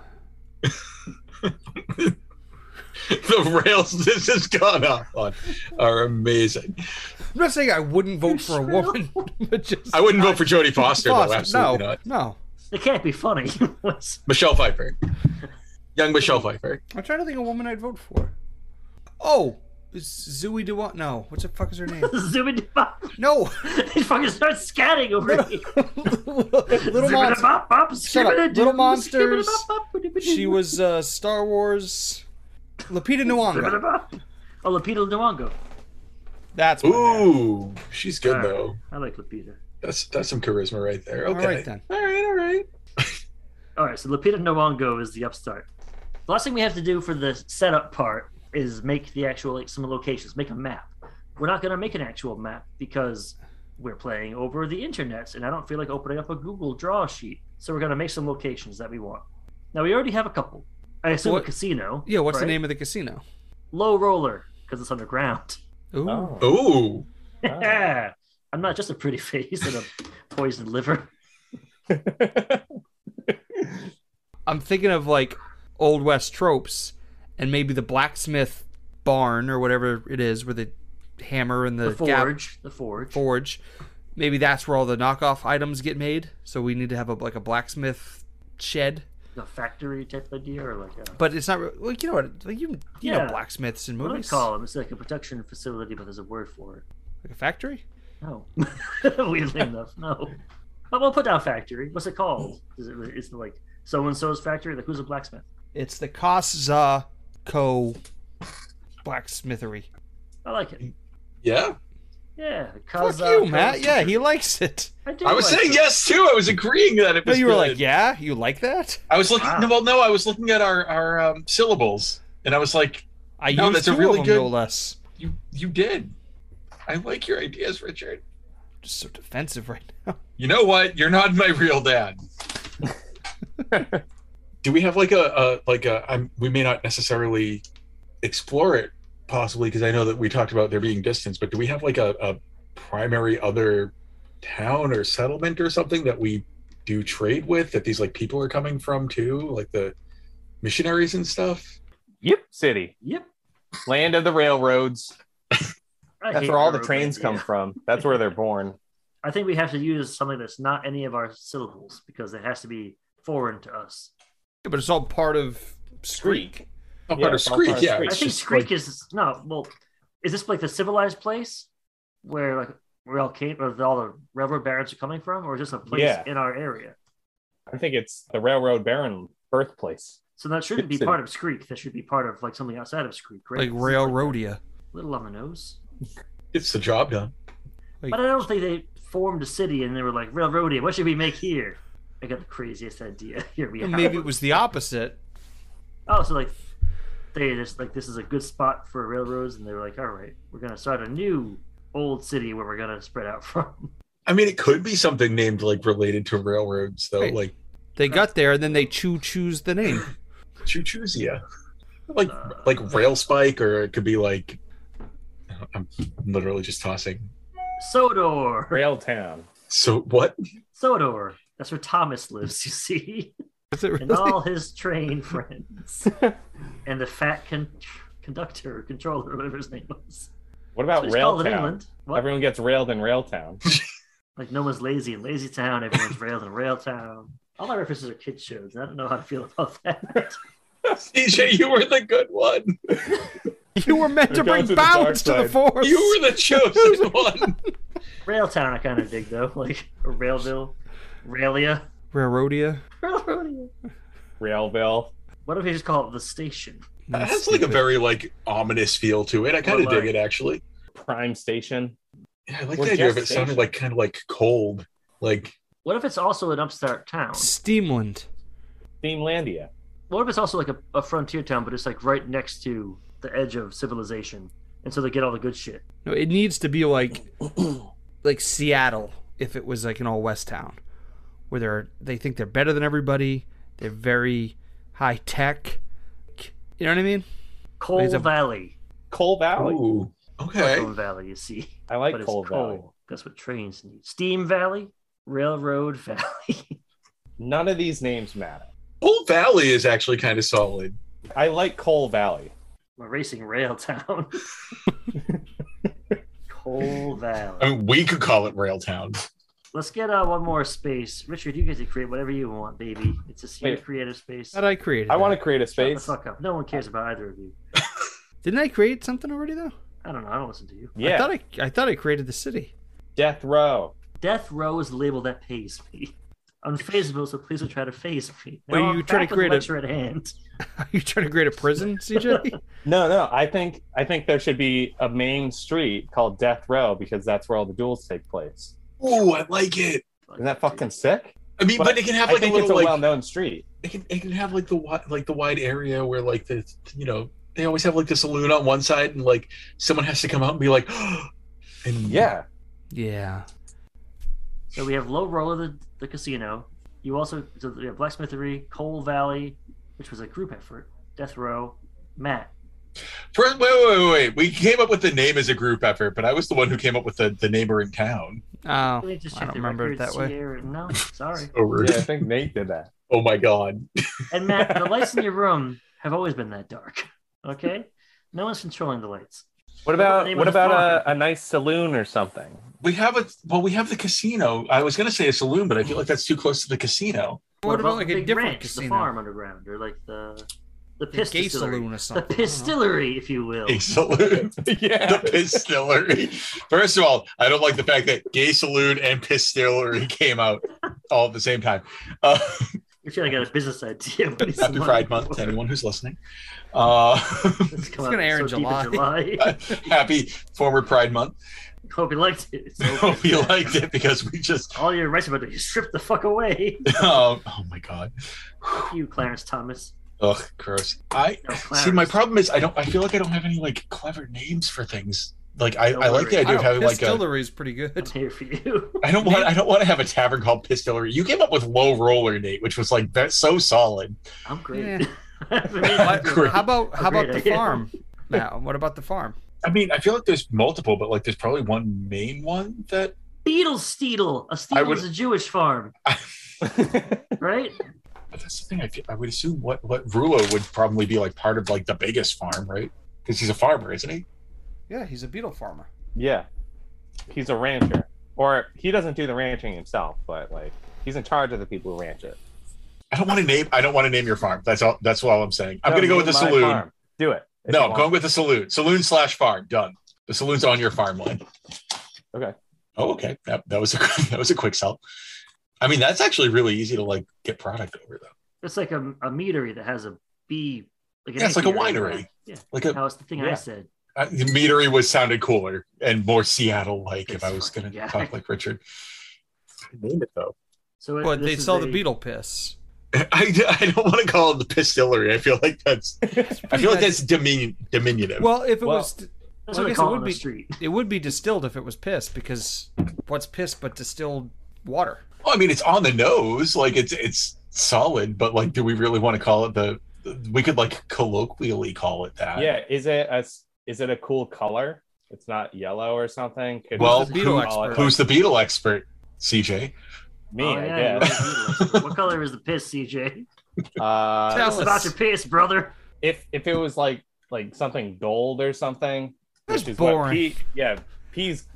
The rails this has gone off on are amazing.
I'm not saying I wouldn't vote for a
shrill.
woman, but just
I wouldn't vote for Jodie Foster, though.
Foster,
Absolutely
no,
not.
no.
It can't be funny. What's-
Michelle Pfeiffer, young Michelle Pfeiffer.
I'm trying to think of a woman I'd vote for. Oh, Zooey Dewan. No, what the fuck is her name?
Zoom it up.
No,
He fucking starts scatting over here.
Little
Zoom it
Monster.
up, up, zoom
up.
it up,
Little
zoom it up, zoom it
Monsters.
up, up.
She was uh, Star Wars. Lupita Nyong'o.
Oh, Lupita Nyong'o.
That's my man.
Ooh, she's good
All right.
though.
I like Lupita.
That's that's some charisma right there.
All
Okay.
right then.
All right. All right.
All right, so Lupita Nyong'o is the upstart. The last thing we have to do for the setup part is make the actual like some locations, make a map. We're not gonna make an actual map because we're playing over the internet, and I don't feel like opening up a Google Draw sheet. So we're gonna make some locations that we want. Now we already have a couple. I assume
What-
a casino.
Yeah, what's the
right?
name of the casino?
Low Roller because it's underground.
Ooh.
Oh.
Oh,
Ah.
Yeah, I'm not just a pretty face and a poisoned liver.
I'm thinking of like old west tropes, and maybe the blacksmith barn or whatever it is where the hammer and the,
The
gab-
forge, the forge.
forge. Maybe that's where all the knockoff items get made. So we need to have a like a blacksmith shed.
the factory type idea or like a,
But it's not re- like you know what like you you know
Yeah.
blacksmiths in
what do they
movies.
call them? It's like a production facility, but there's a word for it.
Like a factory?
No, weirdly enough, no. But we'll put down factory. What's it called? Is it, is it like so and so's factory? Like who's a blacksmith?
It's the Kosza Co blacksmithery.
I like it.
yeah.
Yeah,
Fuck
Kazakh-
you, Matt. Yeah, he likes it.
I, do
I was
like
saying
it.
yes too. I was agreeing that it
No,
was.
you were like,
good.
yeah, Ah. you like that?
I was looking.
Wow.
no, Well, no, I was looking at our our um, syllables, and I was like,
I
No,
used
that's a
two
really
of them,
good-
no less.
you you did. I like your ideas, Richard.
just so defensive right now.
You know what? You're not my real dad. Do we have like a, a like a? I'm, we may not necessarily explore it possibly because I know that we talked about there being distance, but do we have like a, a primary other town or settlement or something that we do trade with that these like people are coming from too, like the missionaries and stuff?
Yep. City.
Yep.
Land of the railroads.
I
That's
hate
where all the
railroad
trains
idea.
come from. That's where they're born.
I think we have to use something that's not any of our syllables because it has to be foreign to us.
Yeah, but it's all part of Screek.
Yeah,
Oh, part of
it's all
Screek,
part of
yeah.
Screek.
I
it's
think
just,
Screek
like-
is no. Well, is this like the civilized place where like where all came or all the railroad barons are coming from, or just a place
Yeah.
in our area?
I think it's the railroad baron birthplace.
So that shouldn't be
It's in-
part of Screek. That should be part of like something outside of Screek, right?
Like Railroadia.
Little on the nose.
it's the job done.
Like,
But I don't think they formed a city and they were like railroading. What should we make here? I got the craziest idea. Here we are.
maybe it was the opposite.
Oh, so like they just like this is a good spot for railroads, and they were like, all right, we're gonna start a new old city where we're gonna spread out from.
I mean, it could be something named like related to railroads, though,
Right.
like
They got there and then they choo choose the name.
Chuchusia. Like
Uh,
like rail spike, or it could be like I'm literally just tossing.
Sodor.
Rail town.
So what?
Sodor. That's where Thomas lives, you see,
Is it
and
really?
all his train friends, and the fat con- conductor, controller, whatever his name was. That's what
What about
he's
rail
called in
town?
England. What?
Everyone gets railed in rail town.
Like no one's lazy in Lazy Town. Everyone's railed in Rail Town. All my references are kids shows. and I don't know how to feel about that.
CJ, you were the good one.
You were meant to
They're going
bring
to the dark
balance to the
side.
force.
You were the chosen one.
Rail Town, I kind of dig though. Like or Railville, Railia,
Railroadia.
Railroadia.
Railville.
What if we just call it the station?
That's like a
stupid.
very like ominous feel to it. I kind
Or,
of dig
like-
it actually.
Prime Station.
Yeah, I like
Or
the idea of it
gestation.
sounding like kind of like cold. Like
What if it's also an upstart town?
Steamland.
Themelandia.
What if it's also like a, a frontier town, but it's like right next to the edge of civilization, and so they get all the good shit.
No, it needs to be like like Seattle if it was like an all west town where they're they think they're better than everybody. They're very high tech. You know what I mean?
Coal
It's a-
Valley,
Coal Valley.
ooh, okay.
Coal Valley, you see.
I like
but it's
Coal
coal.
Valley.
That's what trains need. Steam Valley, Railroad Valley.
None of these names matter.
Whole Valley is actually kind of solid.
I like Coal Valley.
We're racing Rail Town. coal Valley.
I mean, we could call it Rail Town.
Let's get uh, one more space. Richard, you get to create whatever you want, baby. It's just your
Wait.
creative space.
That I created.
I want to
to.
create a
Shut the
space.
fuck up. No one cares about either of you.
Didn't I create something already though?
I don't know. I don't listen to you.
I
Yeah.
thought I, I thought I created the city.
Death Row.
Death Row is the label that pays me. I'm faceable, so please don't try to phase me.
Well,
Now
you
I'm
try
back
to
with
create a-
lecture at hand.
Are you trying to create a prison, CJ?
No, no. I think I think there should be a main street called Death Row because that's where all the duels take place.
Ooh, I like it.
Isn't that fucking sick?
I mean, but,
But
it can have
I
like a
think
little
it's a
like
well-known street.
it can it can have like the wi- like the wide area where like the you know they always have like the saloon on one side and like someone has to come out and be like and
Yeah.
yeah.
So we have Low Roller, the, the casino. You also so we have Blacksmithery, Coal Valley, which was a group effort. Death Row, Matt.
First, wait, wait, wait, wait. We came up with the name as a group effort, but I was the one who came up with the, the neighboring town.
Oh,
Let me just
I
check
don't
the
remember it
records
that way.
here. No, sorry.
So rude.
I think Nate did that.
Oh my god.
And Matt, the lights in your room have always been that dark. Okay, no one's controlling the lights.
What
Name
about
of
what
the
about
farm.
a, a nice saloon or something?
We have a well, we have the casino. I was gonna say a saloon, but I feel like that's too close to the casino.
What, about like
the
a
big
different
ranch,
casino?
the farm underground, or like the the
A
piss
gay
distillery,
saloon or
the
something. I
piss
don't know.
distillery, if you will.
A saloon. the
yeah.
pistillery. First of all, I don't like the fact that gay saloon and pistillery came out all at the same time. Uh,
I feel like I got a business idea. We need some
happy
money
Pride Month
for
to
it.
anyone who's listening. Uh,
It's
gonna air in
July.
happy former Pride Month.
Hope you liked it. It's over.
Hope you liked it because we just
All your rights about it, you stripped the fuck away.
um, oh my god.
Fuck you, Clarence Thomas.
Ugh, gross. I
No, Clarence.
see. My problem is I don't. I feel like I don't have any like clever names for things. Like I,
Don't
I like the
worry.
idea of
I
having
don't-
like a.
distillery is pretty
I'm
good.
here for you.
I don't want. I don't want to have a tavern called Pistillery. You came up with Low Roller, Nate, which was like that's so solid.
I'm great.
Yeah.
For me,
What?
I'm
Great.
good.
How about how
Agreed,
about the
yeah.
farm? Now, what about the farm?
I mean, I feel like there's multiple, but like there's probably one main one that
Beetle Steedle. A
I
Steedle
would-
is a Jewish farm, right?
But that's the thing. I feel, I would assume what what Rulo would probably be like part of like the biggest farm, right? Because he's a farmer, isn't he?
Yeah, he's a beetle farmer.
yeah. He's a rancher. Or he doesn't do the ranching himself, but like he's in charge of the people who ranch it.
I don't want to name. I don't want to name your farm. That's all. That's all I'm saying. I'm
No,
gonna go with the
name my
saloon.
farm. Do it. if you
No, I'm
want.
going with the saloon. Saloon slash farm. Done. The saloon's on your farmland.
Okay.
Oh, okay. That, that was a that was a quick sell. I mean, that's actually really easy to like get product over though.
It's like a, a meatery that has a bee. Like an
Yeah, it's like a
apiary.
winery.
Yeah.
Like a
That was the thing I
Yeah.
said.
uh, the meadery was sounded cooler and more Seattle like. If
It's
I was
fucking
gonna
yeah.
talk like Richard, name it though.
So it,
But they
this is
sell the
a-
beetle piss.
I, I don't want to call it the pistillery. I feel like that's I feel like that's dimin- diminutive.
Well, if it
Well-
was,
That's
Well,
what I
I guess it
call
would
it on
be-
the street.
it would be distilled if it was piss because what's piss but distilled water?
Well, I mean, it's on the nose, like it's it's solid, but like, do we really want to call it the? We could like colloquially call it that.
Yeah, is it a s- is it a cool color? It's not yellow or something. Could
Well,
we
Beetle
call it,
expert.
Who's the beetle expert? CJ.
me?
Oh,
I
yeah, you
guess.
are a beetle. what color is the piss, CJ?
Uh,
Tell
Tell us about
us.
your piss, brother.
if if it was like like something gold or something,
That's
which is what
boring.
pea, yeah, peas,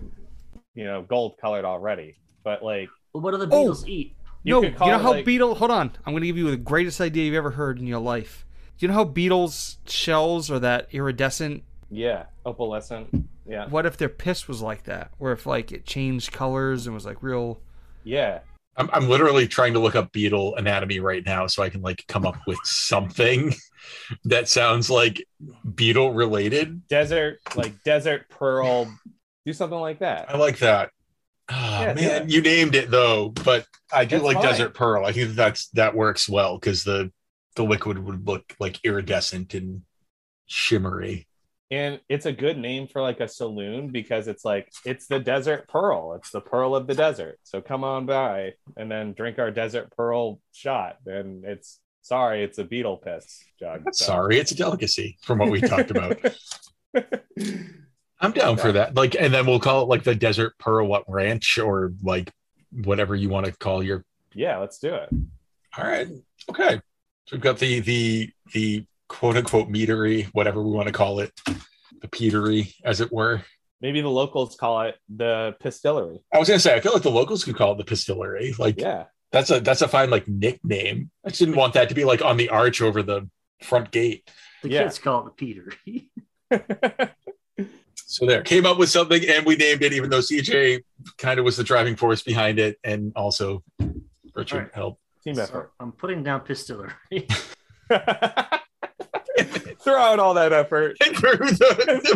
you know, gold colored already. But like
Well, what do the
Oh.
beetles eat?
you
no,
could call
you know
it
how
like,
beetle. Hold on, I'm going to give you the greatest idea you've ever heard in your life. Do you know how beetles' shells are that iridescent?
yeah, opalescent. Yeah,
What if their piss was like that? Where if like it changed colors and was like real?
yeah.
I'm, I'm literally trying to look up beetle anatomy right now so I can like come up with something that sounds like beetle related.
Desert like desert pearl. Do something like
I
that.
like that. Ah
Yeah,
man,
yeah.
you named it though, but I do
That's
like
fine.
Desert Pearl. I think that that's that works well because the the liquid would look like iridescent and shimmery.
And it's a good name for like a saloon because it's like it's the desert pearl. It's the pearl of the desert. So come on by and then drink our desert pearl shot. And it's sorry, it's a beetle piss jug. so.
Sorry, it's a delicacy from what we talked about. I'm down for that. Like, and then we'll call it like the Desert Pearl what Ranch or like whatever you want to call your.
Yeah, let's do it.
All right, okay. So we've got the the the quote unquote meadery, whatever we want to call it, the petery, as it were.
Maybe the locals call it the pistillery.
I was gonna say, I feel like the locals could call it the Pistillery. Like
Yeah.
that's a that's a fine like nickname. I just didn't want that to be like on the arch over the front gate.
The
Yeah.
kids call it the Peter.
So there, came up with something and we named it, even though CJ kind of was the driving force behind it, and also Richard
All right.
helped.
Team
so
effort.
I'm putting down pistillery.
Throw out all that effort.
there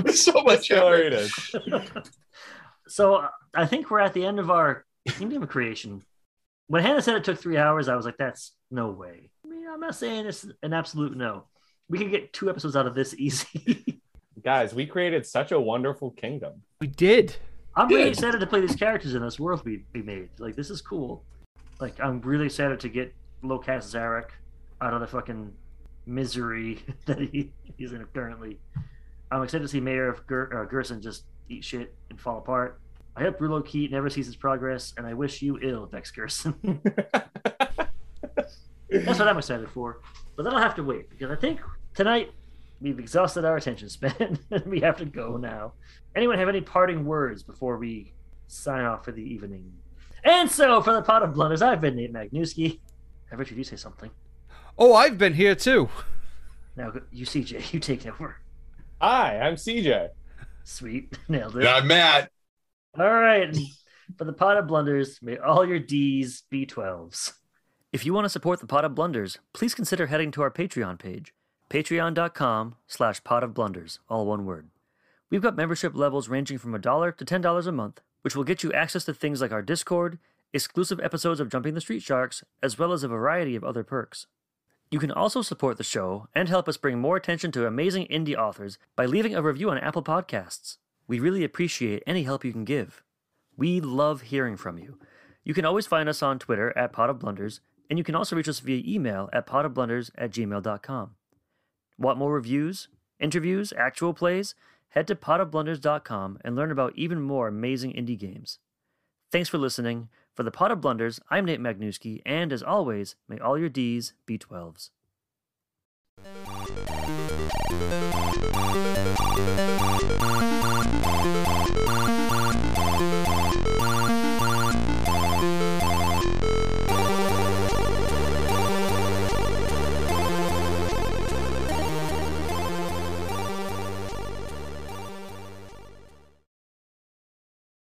was so much
Pistillery
effort.
it is.
so uh, I think we're at the end of our kingdom creation. When Hannah said it took three hours, I was like, that's no way. I mean, I'm not saying it's an absolute no. We could get two episodes out of this easy.
Guys, we created such a wonderful kingdom.
We did.
I'm really
Good.
excited to play these characters in this world we, we made. Like, this is cool. Like, I'm really excited to get Locas Zarek out of the fucking misery that he, he's in currently. I'm excited to see Mayor of Ger- uh, Gerson just eat shit and fall apart. I hope Rulo Keat never sees his progress, and I wish you ill, Vex Gerson. That's what I'm excited for. But that'll have to wait because I think tonight we've exhausted our attention span. and we have to go now. Anyone have any parting words before we sign off for the evening? And so, for the pot of blunders, I've been Nate Magnuski. Now, Richard, you say something.
Oh, I've been here too.
Now, you CJ, you take over.
Hi, I'm CJ.
Sweet, nailed it.
And I'm Matt.
All right. and For the pot of blunders, may all your D's be 12s. If you want to support the pot of blunders, please consider heading to our Patreon page, patreon.com slash pot of blunders, all one word. We've got membership levels ranging from $1 to $10 a month, which will get you access to things like our Discord, exclusive episodes of Jumping the Street Sharks, as well as a variety of other perks. You can also support the show and help us bring more attention to amazing indie authors by leaving a review on Apple Podcasts. We really appreciate any help you can give. We love hearing from you. You can always find us on Twitter at Pot of Blunders, and you can also reach us via email at potofblunders at gmail.com. Want more reviews, interviews, actual plays? Head to potofblunders.com and learn about even more amazing indie games. Thanks for listening. For the Pot of Blunders, I'm Nate Magnuski, and as always, may all your D's be 12s.